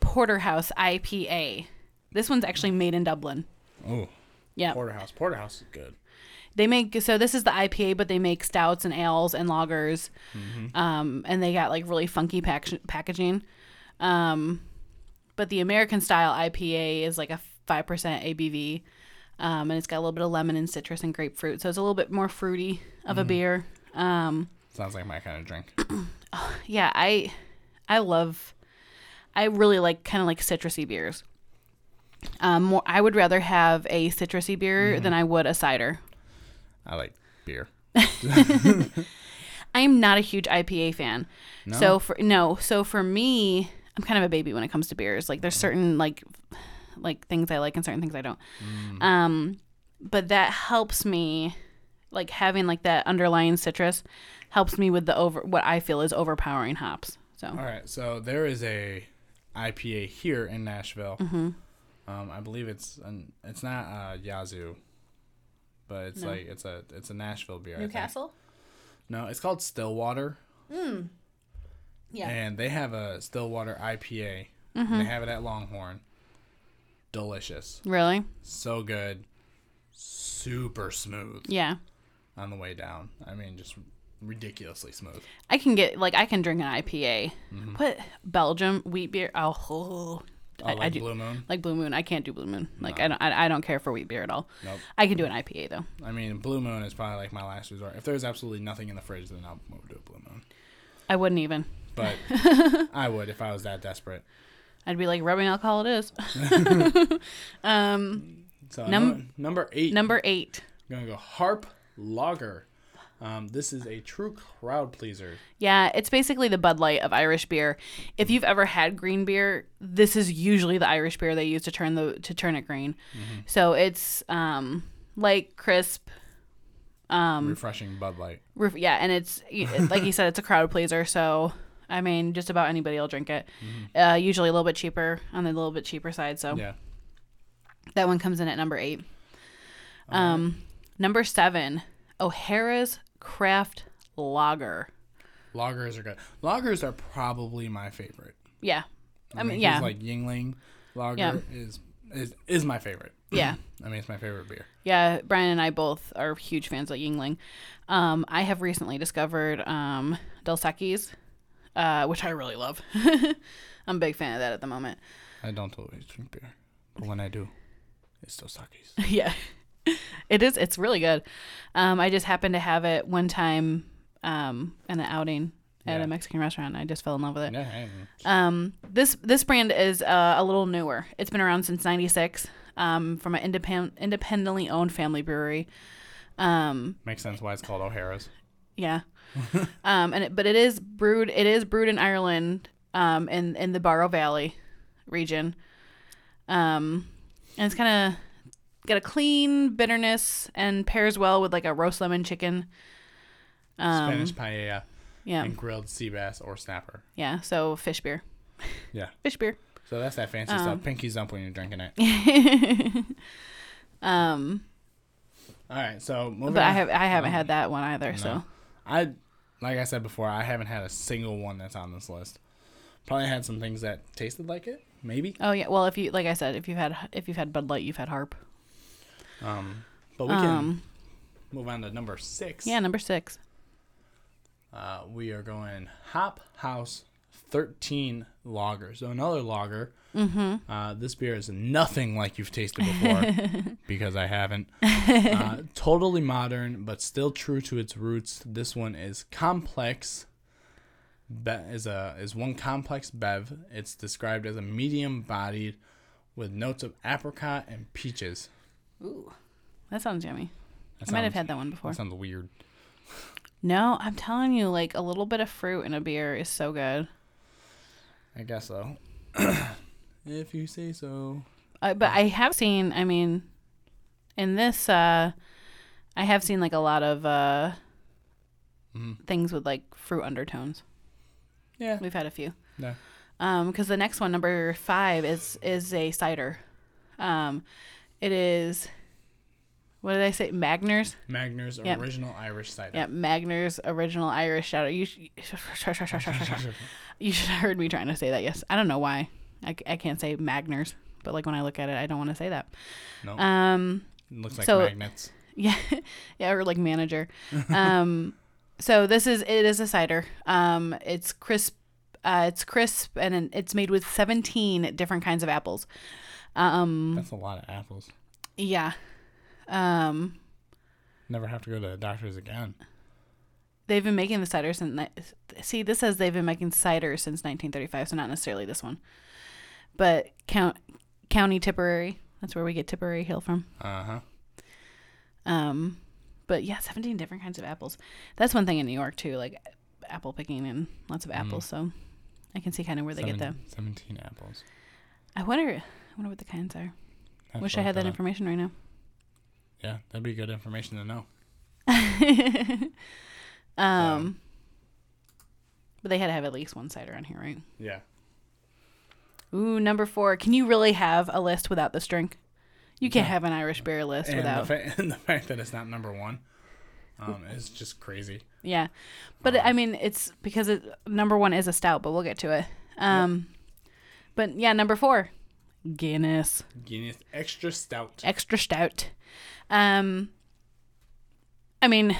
Speaker 2: Porterhouse IPA. This one's actually made in Dublin.
Speaker 1: Oh,
Speaker 2: Yeah,
Speaker 1: Porterhouse. Porterhouse is good.
Speaker 2: they make so this is the IPA, but they make stouts and ales and lagers, um, and they got like really funky pack- packaging. Um, but the American style IPA is like a five percent ABV, um, and it's got a little bit of lemon and citrus and grapefruit, so it's a little bit more fruity of a beer. Um,
Speaker 1: Sounds like my kind of drink.
Speaker 2: yeah i i love i really like kind of like citrusy beers um more, i would rather have a citrusy beer than i would a cider
Speaker 1: I like beer.
Speaker 2: i'm not a huge ipa fan
Speaker 1: No?
Speaker 2: so for no so for me i'm kind of a baby when it comes to beers like there's certain like like things i like and certain things i don't
Speaker 1: Mm.
Speaker 2: um but that helps me like having like that underlying citrus helps me with the over what i feel is overpowering hops so
Speaker 1: All right, so there is a IPA here in Nashville.
Speaker 2: Mm-hmm.
Speaker 1: Um, I believe it's an it's not uh, Yazoo, but it's like it's a it's a Nashville beer. I think. No, it's called Stillwater. Mm.
Speaker 2: Hmm. Yeah. Mm-hmm.
Speaker 1: And they have a Stillwater IPA. And they have it at Longhorn. Delicious.
Speaker 2: really
Speaker 1: So good. Super smooth
Speaker 2: yeah
Speaker 1: on the way down. I mean, just ridiculously smooth.
Speaker 2: I can get like I can drink an IPA,
Speaker 1: Mm-hmm.
Speaker 2: but Belgium wheat beer. Oh, oh,
Speaker 1: Oh,
Speaker 2: I,
Speaker 1: like
Speaker 2: I do
Speaker 1: Blue Moon.
Speaker 2: like Blue Moon. I can't do Blue Moon. Like I don't. I, I don't care for wheat beer at all.
Speaker 1: Nope.
Speaker 2: I can do an IPA though.
Speaker 1: I mean, Blue Moon is probably like my last resort. If there's absolutely nothing in the fridge, then I'll move to a Blue Moon.
Speaker 2: I wouldn't even.
Speaker 1: But I would if I was that desperate.
Speaker 2: I'd be like rubbing alcohol. It is
Speaker 1: So
Speaker 2: Num-
Speaker 1: number, number eight.
Speaker 2: number eight.
Speaker 1: I'm gonna go Harp Lager. Um, this is a true crowd pleaser.
Speaker 2: Yeah, it's basically the Bud Light of Irish beer. If you've ever had green beer, this is usually the Irish beer they use to turn the to turn it green. So it's um light, crisp, Mm-hmm.
Speaker 1: refreshing Bud Light.
Speaker 2: Roof, yeah, and it's like you said, it's a crowd pleaser. So I mean, just about anybody will drink it. Uh, usually a little bit cheaper on the little bit cheaper side. So
Speaker 1: Yeah.
Speaker 2: that one comes in at number eight. Um, number seven, O'Hara's Craft Lager.
Speaker 1: Lagers are good. Lagers are probably my favorite.
Speaker 2: Yeah, I mean,
Speaker 1: 'cause,
Speaker 2: yeah,
Speaker 1: Like Yingling lager
Speaker 2: Yeah.
Speaker 1: is is is my favorite.
Speaker 2: yeah.
Speaker 1: I mean, it's my favorite beer.
Speaker 2: Yeah, Brian and I both are huge fans of Yingling. Um, I have recently discovered um, Dos Equis, uh, which I really love. I'm a big fan of that at the moment.
Speaker 1: I don't always drink beer, but when I do, it's Dosaki's.
Speaker 2: yeah it is it's really good um i just happened to have it one time um in an outing at
Speaker 1: Yeah.
Speaker 2: a Mexican restaurant. And I just fell in love with it.
Speaker 1: Yeah, I don't know.
Speaker 2: Um, this this brand is uh, a little newer. It's been around since '96 um, from an independ- independently owned family brewery. Um,
Speaker 1: makes sense why it's called O'Hara's.
Speaker 2: yeah, um, and it, but it is brewed. It is brewed in Ireland, um, in in the Barrow Valley region. Um, and it's kind of got a clean bitterness and pairs well with like a roast lemon chicken. Um,
Speaker 1: Spanish paella
Speaker 2: yeah,
Speaker 1: and grilled sea bass or snapper.
Speaker 2: yeah. So fish beer,
Speaker 1: Yeah.
Speaker 2: fish beer.
Speaker 1: So that's that fancy stuff. Pinky's up when you're drinking it.
Speaker 2: um.
Speaker 1: All right. So moving
Speaker 2: But I
Speaker 1: on.
Speaker 2: have I haven't
Speaker 1: Um,
Speaker 2: had that one either. So
Speaker 1: I like I said before, I haven't had a single one that's on this list. Probably had some things that tasted like it, maybe.
Speaker 2: oh yeah, well if you like I said if you've had if you've had Bud Light you've had Harp.
Speaker 1: Um, but we
Speaker 2: Um,
Speaker 1: can move on to number six.
Speaker 2: yeah, number six.
Speaker 1: Uh, we are going Hop House 13 Lager. So another lager. Mm-hmm. Uh, this beer is nothing like you've tasted before because I haven't. Uh, totally modern, but still true to its roots. This one is complex. Be- is a is one complex bev. It's described as a medium bodied, with notes of apricot and peaches.
Speaker 2: Ooh, that sounds yummy.
Speaker 1: That
Speaker 2: I might
Speaker 1: sounds-
Speaker 2: have had that one before.
Speaker 1: That sounds weird.
Speaker 2: No, I'm telling you, like a little bit of fruit in a beer is so good.
Speaker 1: I guess so. if you say so.
Speaker 2: Uh, but I have seen, I mean, in this, uh, I have seen like a lot of uh, things with like fruit undertones.
Speaker 1: Yeah.
Speaker 2: We've had a few.
Speaker 1: No.
Speaker 2: Um, 'cause because the next one number five is is a cider um it is what did i say magners
Speaker 1: Magner's
Speaker 2: Yep.
Speaker 1: original Irish cider.
Speaker 2: yeah magners original irish cider you sh- you should have heard me trying to say that yes i don't know why i, c- I can't say magners but like when i look at it i don't want to say that
Speaker 1: No,
Speaker 2: um
Speaker 1: looks like
Speaker 2: so- Mm-hmm.
Speaker 1: magnets.
Speaker 2: yeah yeah or like manager um so this is it is a cider um it's crisp uh, it's crisp and it- it's made with 17 different kinds of apples um
Speaker 1: That's a lot of apples.
Speaker 2: Yeah. Um,
Speaker 1: Never have to go to the doctors again.
Speaker 2: they've been making the cider since. Ni- See, this says they've been making cider since 1935, so not necessarily this one, but count County Tipperary. That's where we get Tipperary Hill from.
Speaker 1: Uh huh.
Speaker 2: Um, but yeah, 17 different kinds of apples. That's one thing in New York too, like apple picking and lots of apples. So I can see kind of where they get them.
Speaker 1: Seventeen apples.
Speaker 2: I wonder. I wonder what the kinds are.
Speaker 1: Have to
Speaker 2: Wish I
Speaker 1: look
Speaker 2: had that
Speaker 1: up.
Speaker 2: information right now.
Speaker 1: Yeah, that'd be good information to know.
Speaker 2: Um, but they had to have at least one cider on here, right?
Speaker 1: Yeah.
Speaker 2: Ooh, number four. Can you really have a list without this drink? You can't have an Irish beer list
Speaker 1: And the,
Speaker 2: without.
Speaker 1: fa- and the fact that it's not number one, um, is just crazy.
Speaker 2: yeah, but I mean, it's because it, number one is a stout, but we'll get to it. Um, but yeah, number four, Guinness
Speaker 1: Guinness extra stout.
Speaker 2: extra stout. Um, I mean,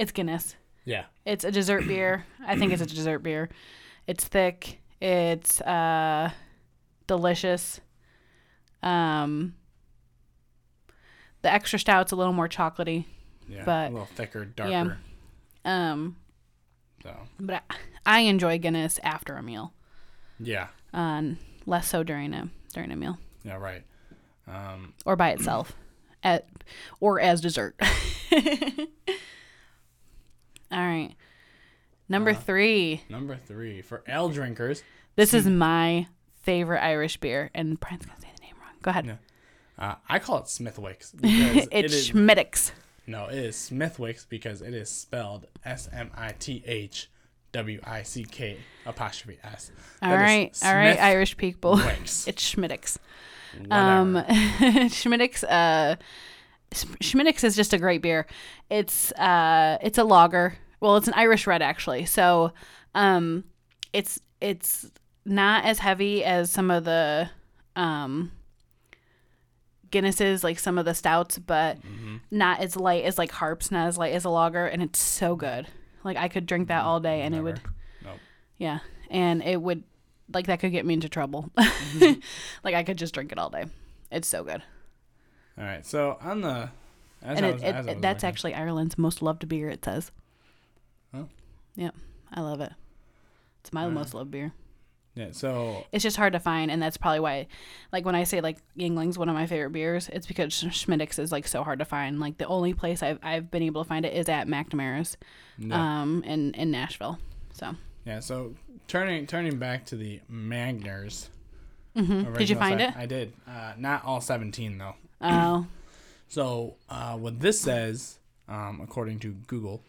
Speaker 2: it's Guinness.
Speaker 1: Yeah.
Speaker 2: It's a dessert beer. I think it's a dessert beer. It's thick. It's uh, delicious. Um, the extra stout's a little more chocolatey.
Speaker 1: Yeah.
Speaker 2: But-
Speaker 1: a little thicker,
Speaker 2: yeah.
Speaker 1: darker.
Speaker 2: Um,
Speaker 1: So
Speaker 2: but I, I enjoy Guinness after a meal,
Speaker 1: yeah,
Speaker 2: um, less so during a during a meal
Speaker 1: yeah, right. Um,
Speaker 2: or by itself, at or as dessert. All right, number three.
Speaker 1: number three for ale drinkers.
Speaker 2: This is
Speaker 1: Hmm.
Speaker 2: my favorite Irish beer, and Brian's gonna say the name wrong. Go ahead.
Speaker 1: No. Uh, I call it Smithwick's because it
Speaker 2: it's
Speaker 1: is
Speaker 2: Schmidt's.
Speaker 1: No, it is Smithwick's because it is spelled S M I T H W I C K apostrophe S.
Speaker 2: All right, all right, Irish people.
Speaker 1: Wicks.
Speaker 2: It's Schmidt's. Um,
Speaker 1: Um,
Speaker 2: Schmidt's. Uh, Sch- Schmidt's is just a great beer. It's uh, it's a lager. Well, it's an Irish red actually. So, um, it's it's not as heavy as some of the um Guinnesses, like some of the stouts, but not as light as like Harps, not as light as a lager, and it's so good. Like I could drink that all day, and it would.
Speaker 1: Nope.
Speaker 2: Yeah. And it would like that could get me into trouble.
Speaker 1: Mm-hmm.
Speaker 2: like I could just drink it all day. It's so good.
Speaker 1: All right, so on the as
Speaker 2: and
Speaker 1: I
Speaker 2: it,
Speaker 1: was-
Speaker 2: it,
Speaker 1: as I
Speaker 2: it-
Speaker 1: was
Speaker 2: that's
Speaker 1: looking-
Speaker 2: actually Ireland's most loved beer it says.
Speaker 1: Oh.
Speaker 2: Yep. I love it. It's my most loved beer.
Speaker 1: Yeah. So
Speaker 2: It's just hard to find, and that's probably why, like when I say like Yingling's one of my favorite beers, it's because Sch- Schmiddix is like so hard to find. Like the only place I've I've been able to find it is at McNamara's, um, in in Nashville. So
Speaker 1: yeah. So turning turning back to the Magners.
Speaker 2: mm-hmm. Did you find it?
Speaker 1: I did. Uh, not all seventeen though.
Speaker 2: oh,
Speaker 1: So uh, what this says, um, according to Google,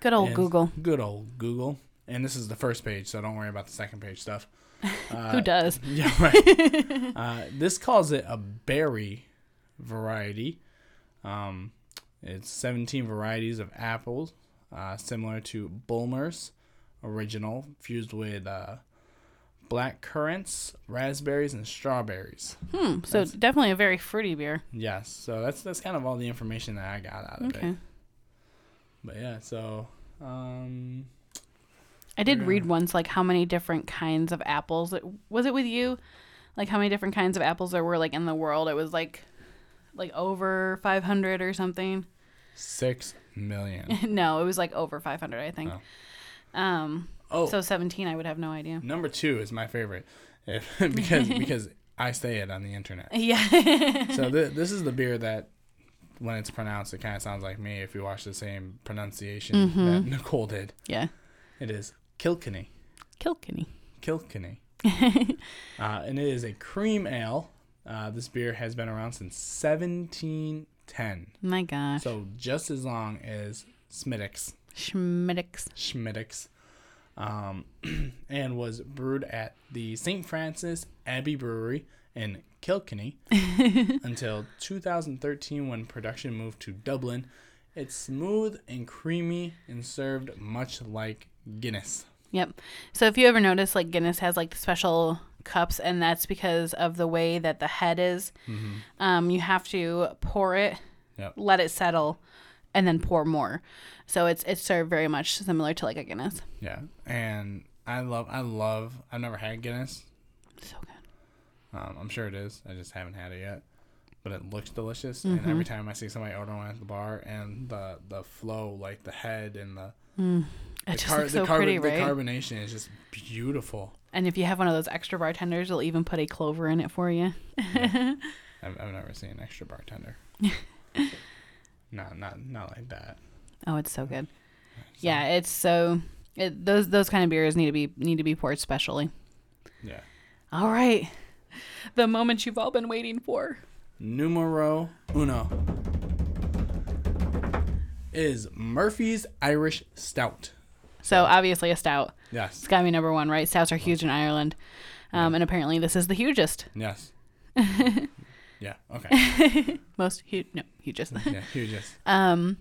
Speaker 2: good old
Speaker 1: is-
Speaker 2: Google.
Speaker 1: good old Google, and this is the first page, so don't worry about the second page stuff. Uh,
Speaker 2: Who does?
Speaker 1: Yeah, right. uh, this calls it a berry variety. Um, it's 17 varieties of apples, uh, similar to Bulmer's original, fused with uh, black currants, raspberries, and strawberries.
Speaker 2: Hmm. So definitely a very fruity beer.
Speaker 1: Yes, so that's that's kind of all the information that I got out of
Speaker 2: Okay.
Speaker 1: it. But yeah, so um,
Speaker 2: I did read once like how many different kinds of apples it, was it with you? Like how many different kinds of apples there were like in the world? It was like like over 500 or something.
Speaker 1: six million.
Speaker 2: no, it was like over 500, I think. Um
Speaker 1: Oh,
Speaker 2: so 17 I would have no idea.
Speaker 1: number two is my favorite, if, because because I say it on the internet.
Speaker 2: Yeah.
Speaker 1: so th- this is the beer that when it's pronounced it kind of sounds like me if you watch the same pronunciation that nicole did
Speaker 2: yeah.
Speaker 1: it is kilkenny
Speaker 2: Kilkenny.
Speaker 1: kilkenny uh, and it is a cream ale uh, this beer has been around since 1710
Speaker 2: My gosh.
Speaker 1: so just as long as smittix
Speaker 2: Schmiddix.
Speaker 1: schmittix um, and was brewed at the st francis abbey brewery in kilkenny until 2013 when production moved to Dublin. It's smooth and creamy and served much like Guinness.
Speaker 2: Yep. So if you ever notice, like Guinness has like special cups, and that's because of the way that the head is. Um, you have to pour it,
Speaker 1: Mm-hmm. Yep.
Speaker 2: let it settle, and then pour more. So it's it's served very much similar to like a Guinness.
Speaker 1: Yeah. And I love I love I've never had Guinness.
Speaker 2: So good.
Speaker 1: Um, I'm sure it is. I just haven't had it yet. But it looks delicious and every time I see somebody ordering one at the bar and the the flow, like the head and the
Speaker 2: It just
Speaker 1: car-
Speaker 2: looks so
Speaker 1: the, carbon,
Speaker 2: pretty,
Speaker 1: the
Speaker 2: right?
Speaker 1: carbonation is just beautiful.
Speaker 2: and if you have one of those extra bartenders, they'll even put a clover in it for you.
Speaker 1: I've, I've never seen an extra bartender. no, not not like that.
Speaker 2: Oh, it's so good. Yeah, it's so. It, those those kind of beers need to be need to be poured specially.
Speaker 1: Yeah.
Speaker 2: All right, the moment you've all been waiting for.
Speaker 1: numero uno is Murphy's Irish Stout.
Speaker 2: So obviously a stout.
Speaker 1: Yes,
Speaker 2: It's gotta be number one, right? Stouts are huge in Ireland, um, and apparently this is the hugest,
Speaker 1: yes. yeah. Okay.
Speaker 2: most huge, no, hugest.
Speaker 1: Yeah. You just
Speaker 2: um,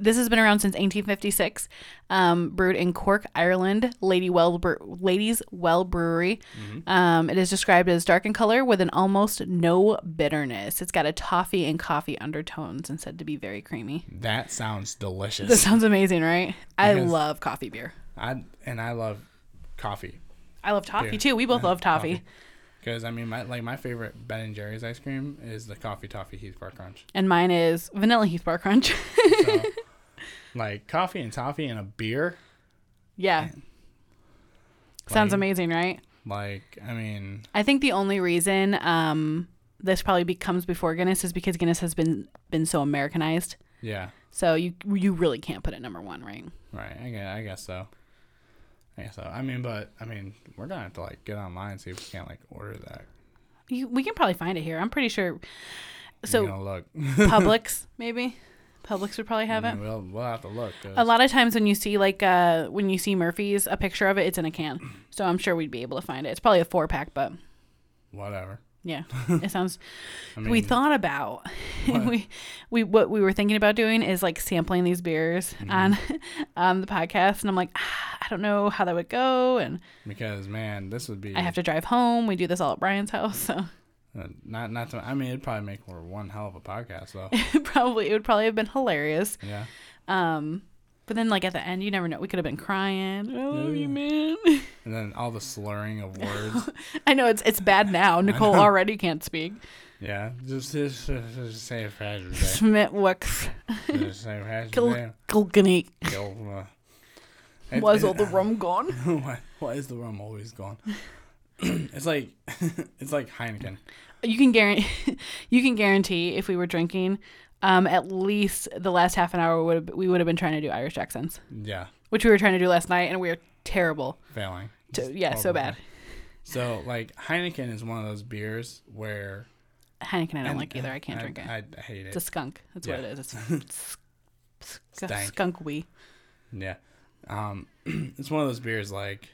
Speaker 2: this has been around since 1856, um, brewed in Cork, Ireland, Lady well Bre- Ladies Well Brewery. Um, it is described as dark in color with an almost no bitterness. It's got a toffee and coffee undertones and said to be very creamy.
Speaker 1: that sounds
Speaker 2: That
Speaker 1: delicious.
Speaker 2: sounds amazing, right? I
Speaker 1: Yes.
Speaker 2: love coffee beer.
Speaker 1: I and I love coffee
Speaker 2: I love toffee
Speaker 1: Beer.
Speaker 2: too. We both love toffee.
Speaker 1: because I mean my like my favorite Ben and Jerry's ice cream is the coffee toffee Heath Bar Crunch.
Speaker 2: And mine is vanilla Heath Bar Crunch.
Speaker 1: So, like coffee and toffee and a beer.
Speaker 2: Yeah. Sounds
Speaker 1: Like-
Speaker 2: amazing, right?
Speaker 1: Like I mean
Speaker 2: I think the only reason um, this probably becomes before Guinness is because Guinness has been been so Americanized.
Speaker 1: yeah
Speaker 2: So you you really can't put it number one, right?
Speaker 1: Right. I guess, I guess so. I guess so. I mean, but I mean, we're gonna have to like get online and see if we can't like order that.
Speaker 2: You, we can probably find it here. I'm pretty sure. So
Speaker 1: you know, look,
Speaker 2: Publix, maybe Publix would probably have it.
Speaker 1: we'll we'll have to look. 'cause-
Speaker 2: A lot of times when you see like uh, when you see Murphy's, a picture of it, it's in a can. So I'm sure we'd be able to find it. It's probably a four pack, but
Speaker 1: whatever.
Speaker 2: yeah, it sounds.
Speaker 1: I mean,
Speaker 2: we thought about we we what we were thinking about doing is like sampling these beers
Speaker 1: Mm-hmm.
Speaker 2: on on the podcast and I'm like ah, I don't know how that would go and
Speaker 1: because man, this would be
Speaker 2: I have to drive home we do this all at Brian's house so
Speaker 1: uh, not not. To, I mean, it'd probably make for one hell of a podcast though.
Speaker 2: probably it would probably have been hilarious
Speaker 1: yeah.
Speaker 2: um but then like at the end you never know we could have been crying I
Speaker 1: Oh,
Speaker 2: love you man
Speaker 1: And then all the slurring of words.
Speaker 2: I know it's it's bad now Nicole already can't speak
Speaker 1: yeah. Just just, just, just say it faster. Just
Speaker 2: Schmidt Wicks
Speaker 1: say it faster.
Speaker 2: Kilkenny
Speaker 1: Kill, uh, It-
Speaker 2: Why is
Speaker 1: it-
Speaker 2: all the rum gone?
Speaker 1: why, why is the rum always gone? it's like it's like Heineken.
Speaker 2: You can guarantee, you can guarantee if we were drinking, um, at least the last half an hour would have, we would have been trying to do Irish accents,
Speaker 1: Yeah,
Speaker 2: which we were trying to do last night, and we were terrible.
Speaker 1: failing.
Speaker 2: To, yeah, so bad.
Speaker 1: So like Heineken is one of those beers where
Speaker 2: Heineken, I don't
Speaker 1: and-
Speaker 2: like either. I can't drink it.
Speaker 1: I, I hate it.
Speaker 2: it's a skunk. That's what
Speaker 1: Yeah.
Speaker 2: it is. It's s- s-
Speaker 1: Stank.
Speaker 2: skunk wee.
Speaker 1: Yeah. Um, it's one of those beers like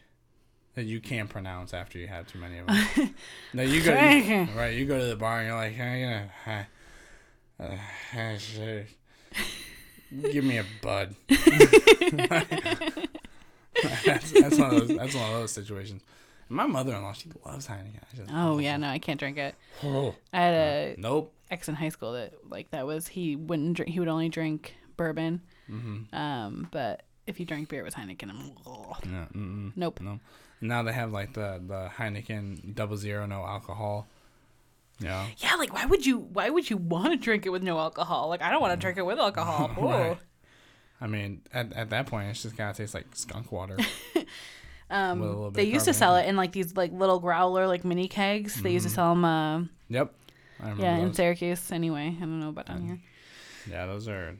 Speaker 1: that you can't pronounce after you have too many of them. no, you go you- right. You go to the bar and you're like, hey, you know, hi, uh, hi, sir. give me a bud. that's, that's one of those. That's one of those situations. My mother-in-law, she loves Heineken. I just-
Speaker 2: Oh yeah, no, I can't drink it.
Speaker 1: Oh,
Speaker 2: I had a
Speaker 1: nope.
Speaker 2: ex in high school that like that was he wouldn't drink. He would only drink bourbon.
Speaker 1: Mm-hmm.
Speaker 2: Um, but if you drank beer, it was Heineken. I'm, ugh.
Speaker 1: No, mm-mm.
Speaker 2: nope.
Speaker 1: No. Now they have like the the Heineken double zero no alcohol. Yeah.
Speaker 2: Yeah, like why would you? Why would you want to drink it with no alcohol? Like I don't want to drink it with alcohol. Ooh.
Speaker 1: Right. I mean, at, at that point, it's just kind of tastes like skunk water. um,
Speaker 2: They used to sell it in like these like little growler like mini kegs. They
Speaker 1: Mm-hmm.
Speaker 2: used to sell them. Uh,
Speaker 1: Yep. I remember
Speaker 2: yeah, in
Speaker 1: those.
Speaker 2: Syracuse. Anyway, I don't know about down
Speaker 1: Mm.
Speaker 2: here.
Speaker 1: yeah, those are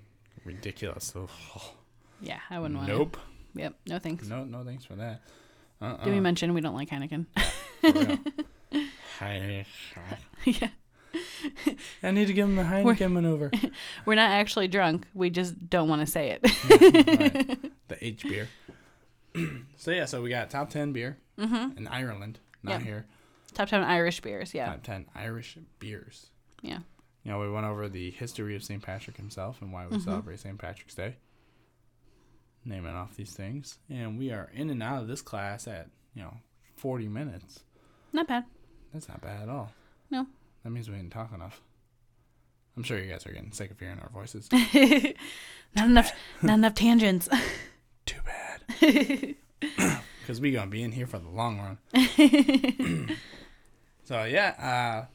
Speaker 1: ridiculous. Ugh.
Speaker 2: Yeah, I wouldn't want.
Speaker 1: nope.
Speaker 2: It. Yep. No thanks.
Speaker 1: No, no, thanks for that. Uh-uh.
Speaker 2: Did we mention we don't like Heineken?
Speaker 1: for real. Hi.
Speaker 2: yeah,
Speaker 1: I need to give him the Heineken maneuver.
Speaker 2: we're not actually drunk. We just don't want to say it.
Speaker 1: Right. The H beer. so yeah, so we got top ten beer in Ireland, not
Speaker 2: Mm-hmm. Yep.
Speaker 1: here.
Speaker 2: Top ten Irish beers. Yeah.
Speaker 1: Top ten Irish beers.
Speaker 2: Yeah.
Speaker 1: You know, we went over the history of St. Patrick himself and why we celebrate St. Patrick's Day. Naming off these things. And we are in and out of this class at, you know, 40 minutes.
Speaker 2: Not bad.
Speaker 1: That's not bad at all.
Speaker 2: No.
Speaker 1: That means we didn't talk enough. I'm sure you guys are getting sick of hearing our voices.
Speaker 2: not enough. Not enough tangents.
Speaker 1: Mm-hmm. Too bad. Because we going to be in here for the long run. so, yeah,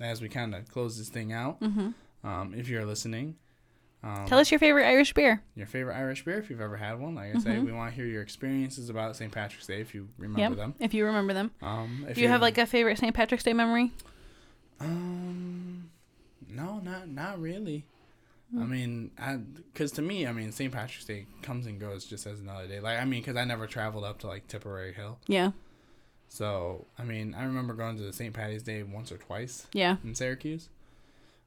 Speaker 1: uh, as we kind of close this thing out, um, if you're listening,
Speaker 2: Mm-hmm.
Speaker 1: um,
Speaker 2: Tell us your favorite Irish beer.
Speaker 1: your favorite Irish beer if you've ever had one. Like I say, we want to hear your experiences about St. Patrick's Day if you remember
Speaker 2: Mm-hmm. Yep.
Speaker 1: them.
Speaker 2: If you remember them.
Speaker 1: Um, if
Speaker 2: Do you have like a favorite St. Patrick's Day memory?
Speaker 1: um, no, not not really. I
Speaker 2: Mm.
Speaker 1: mean, I because to me, I mean, St. Patrick's Day comes and goes just as another day. Like I mean, because I never traveled up to like Tipperary Hill,
Speaker 2: Yeah.
Speaker 1: so I mean, I remember going to the St. Patty's Day once or twice
Speaker 2: Yeah.
Speaker 1: in Syracuse,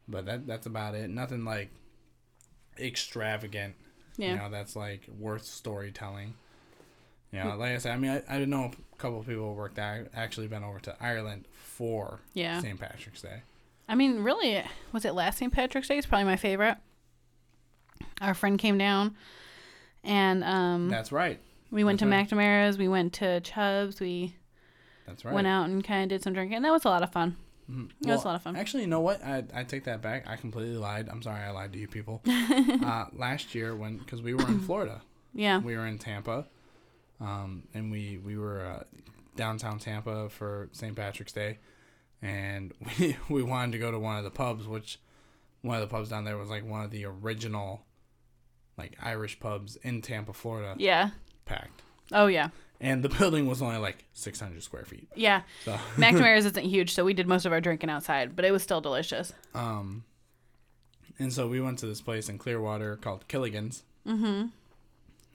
Speaker 1: but that that's about it. Nothing like extravagant
Speaker 2: Yeah.
Speaker 1: you know that's like worth storytelling you
Speaker 2: Hmm.
Speaker 1: know like i said i mean i, I know a couple of people who worked that actually been over to ireland for
Speaker 2: Yeah.
Speaker 1: st patrick's day
Speaker 2: I mean, really, was it last St. Patrick's Day? It's probably my favorite. Our friend came down, and um,
Speaker 1: that's right
Speaker 2: we went to
Speaker 1: that's right.
Speaker 2: McNamara's. We went to Chubb's. We
Speaker 1: that's right
Speaker 2: went out and kind of did some drinking. And that was a lot of fun. It was a lot of fun.
Speaker 1: actually you know what I, I take that back i completely lied i'm sorry i lied to you people uh, last year when because we were in florida
Speaker 2: Yeah.
Speaker 1: we were in tampa um, and we we were uh, downtown tampa for st patrick's day and we, we wanted to go to one of the pubs which one of the pubs down there was like one of the original like Irish pubs in Tampa, Florida,
Speaker 2: yeah.
Speaker 1: packed.
Speaker 2: Oh yeah.
Speaker 1: And the building was only like 600 square feet.
Speaker 2: Yeah.
Speaker 1: So,
Speaker 2: McNamara's isn't huge, so we did most of our drinking outside, but it was still delicious.
Speaker 1: um, and so we went to this place in Clearwater called Killigan's, mm-hmm.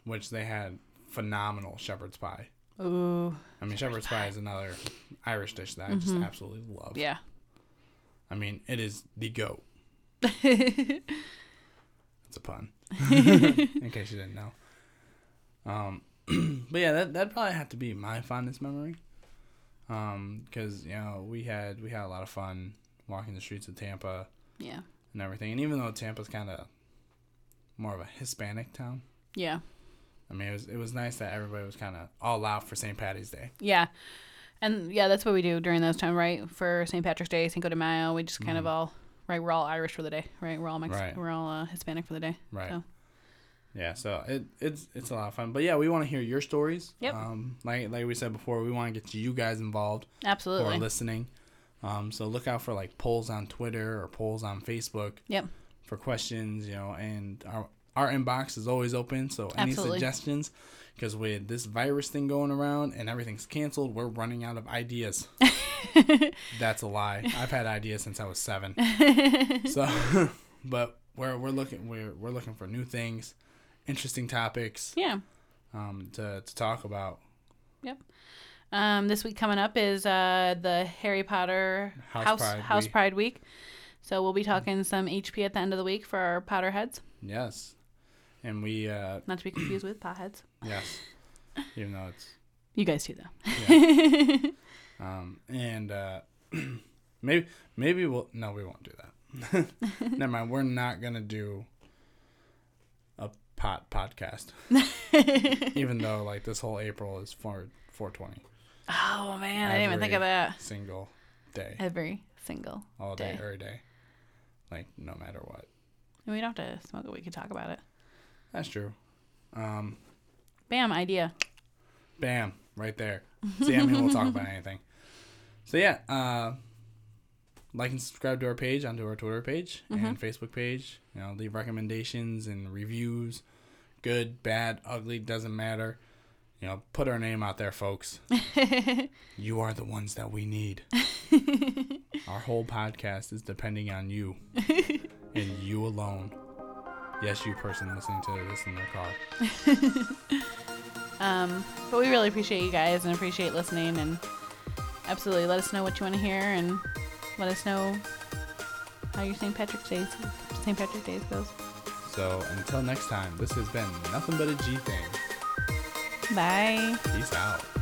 Speaker 1: which they had phenomenal shepherd's pie.
Speaker 2: Ooh.
Speaker 1: I mean, shepherd's pie is another Irish dish that I just absolutely love.
Speaker 2: Yeah.
Speaker 1: I mean, it is the goat. It's a pun, in case you didn't know. Um, but yeah, that that probably have to be my fondest memory. Um, because you know we had we had a lot of fun walking the streets of Tampa
Speaker 2: Yeah.
Speaker 1: and everything. And even though Tampa's kind of more of a Hispanic town,
Speaker 2: Yeah.
Speaker 1: I mean, it was it was nice that everybody was kind of all out for St. Patty's Day.
Speaker 2: Yeah. And yeah, that's what we do during those time, right? For St. Patrick's Day, Cinco de Mayo, we just kind of all right, we're all Irish for the day, Mm-hmm. right? We're all Mexican,
Speaker 1: Right.
Speaker 2: we're all uh, Hispanic for the day.
Speaker 1: Right.
Speaker 2: So,
Speaker 1: Yeah, so it, it's it's a lot of fun. But yeah, we want to hear your stories.
Speaker 2: Yep.
Speaker 1: Um, like like we said before, we want to get you guys involved who are
Speaker 2: absolutely.
Speaker 1: listening. Um, so look out for like polls on Twitter or polls on Facebook
Speaker 2: Yep.
Speaker 1: for questions, you know, and our our inbox is always open. So any
Speaker 2: Absolutely.
Speaker 1: suggestions? Because with this virus thing going around and everything's canceled, we're running out of ideas. That's a lie. I've had ideas since I was seven. so, but we're we're looking we're we're looking for new things, interesting topics
Speaker 2: Yeah.
Speaker 1: um, to to talk about.
Speaker 2: Yep. Um, this week coming up is uh, the Harry Potter
Speaker 1: House
Speaker 2: House House
Speaker 1: Pride
Speaker 2: Pride,
Speaker 1: week.
Speaker 2: week. Mm-hmm. So we'll be talking some HP at the end of the week for our Potterheads,
Speaker 1: Yes, and we uh,
Speaker 2: not to be confused with potheads.
Speaker 1: yes, even though it's
Speaker 2: You guys too, though.
Speaker 1: Um, and uh, maybe maybe we'll no, we won't do that. Never mind. We're not gonna do a pot podcast, even though like this whole April is four four twenty
Speaker 2: Oh man, I didn't even think of that.
Speaker 1: single day,
Speaker 2: Every single
Speaker 1: all day,
Speaker 2: day.
Speaker 1: every day, like no matter what.
Speaker 2: And we don't have to smoke it. We can talk about it.
Speaker 1: That's true. Um,
Speaker 2: Bam, idea.
Speaker 1: bam, right there. See, I mean, we'll talk about anything. So yeah, uh, like and subscribe to our page onto our Twitter page and Facebook page. You know, leave recommendations and reviews, good, bad, ugly, doesn't matter. You know, put our name out there, folks. you are the ones that we need. our whole podcast is depending on you and you alone. Yes, you person listening to this in their car.
Speaker 2: Um, but we really appreciate you guys and appreciate listening and absolutely let us know what you want to hear and let us know how your St. Patrick's Day St. Patrick's Day goes.
Speaker 1: So until next time, this has been Nothing But a G Thing.
Speaker 2: Bye.
Speaker 1: Peace out.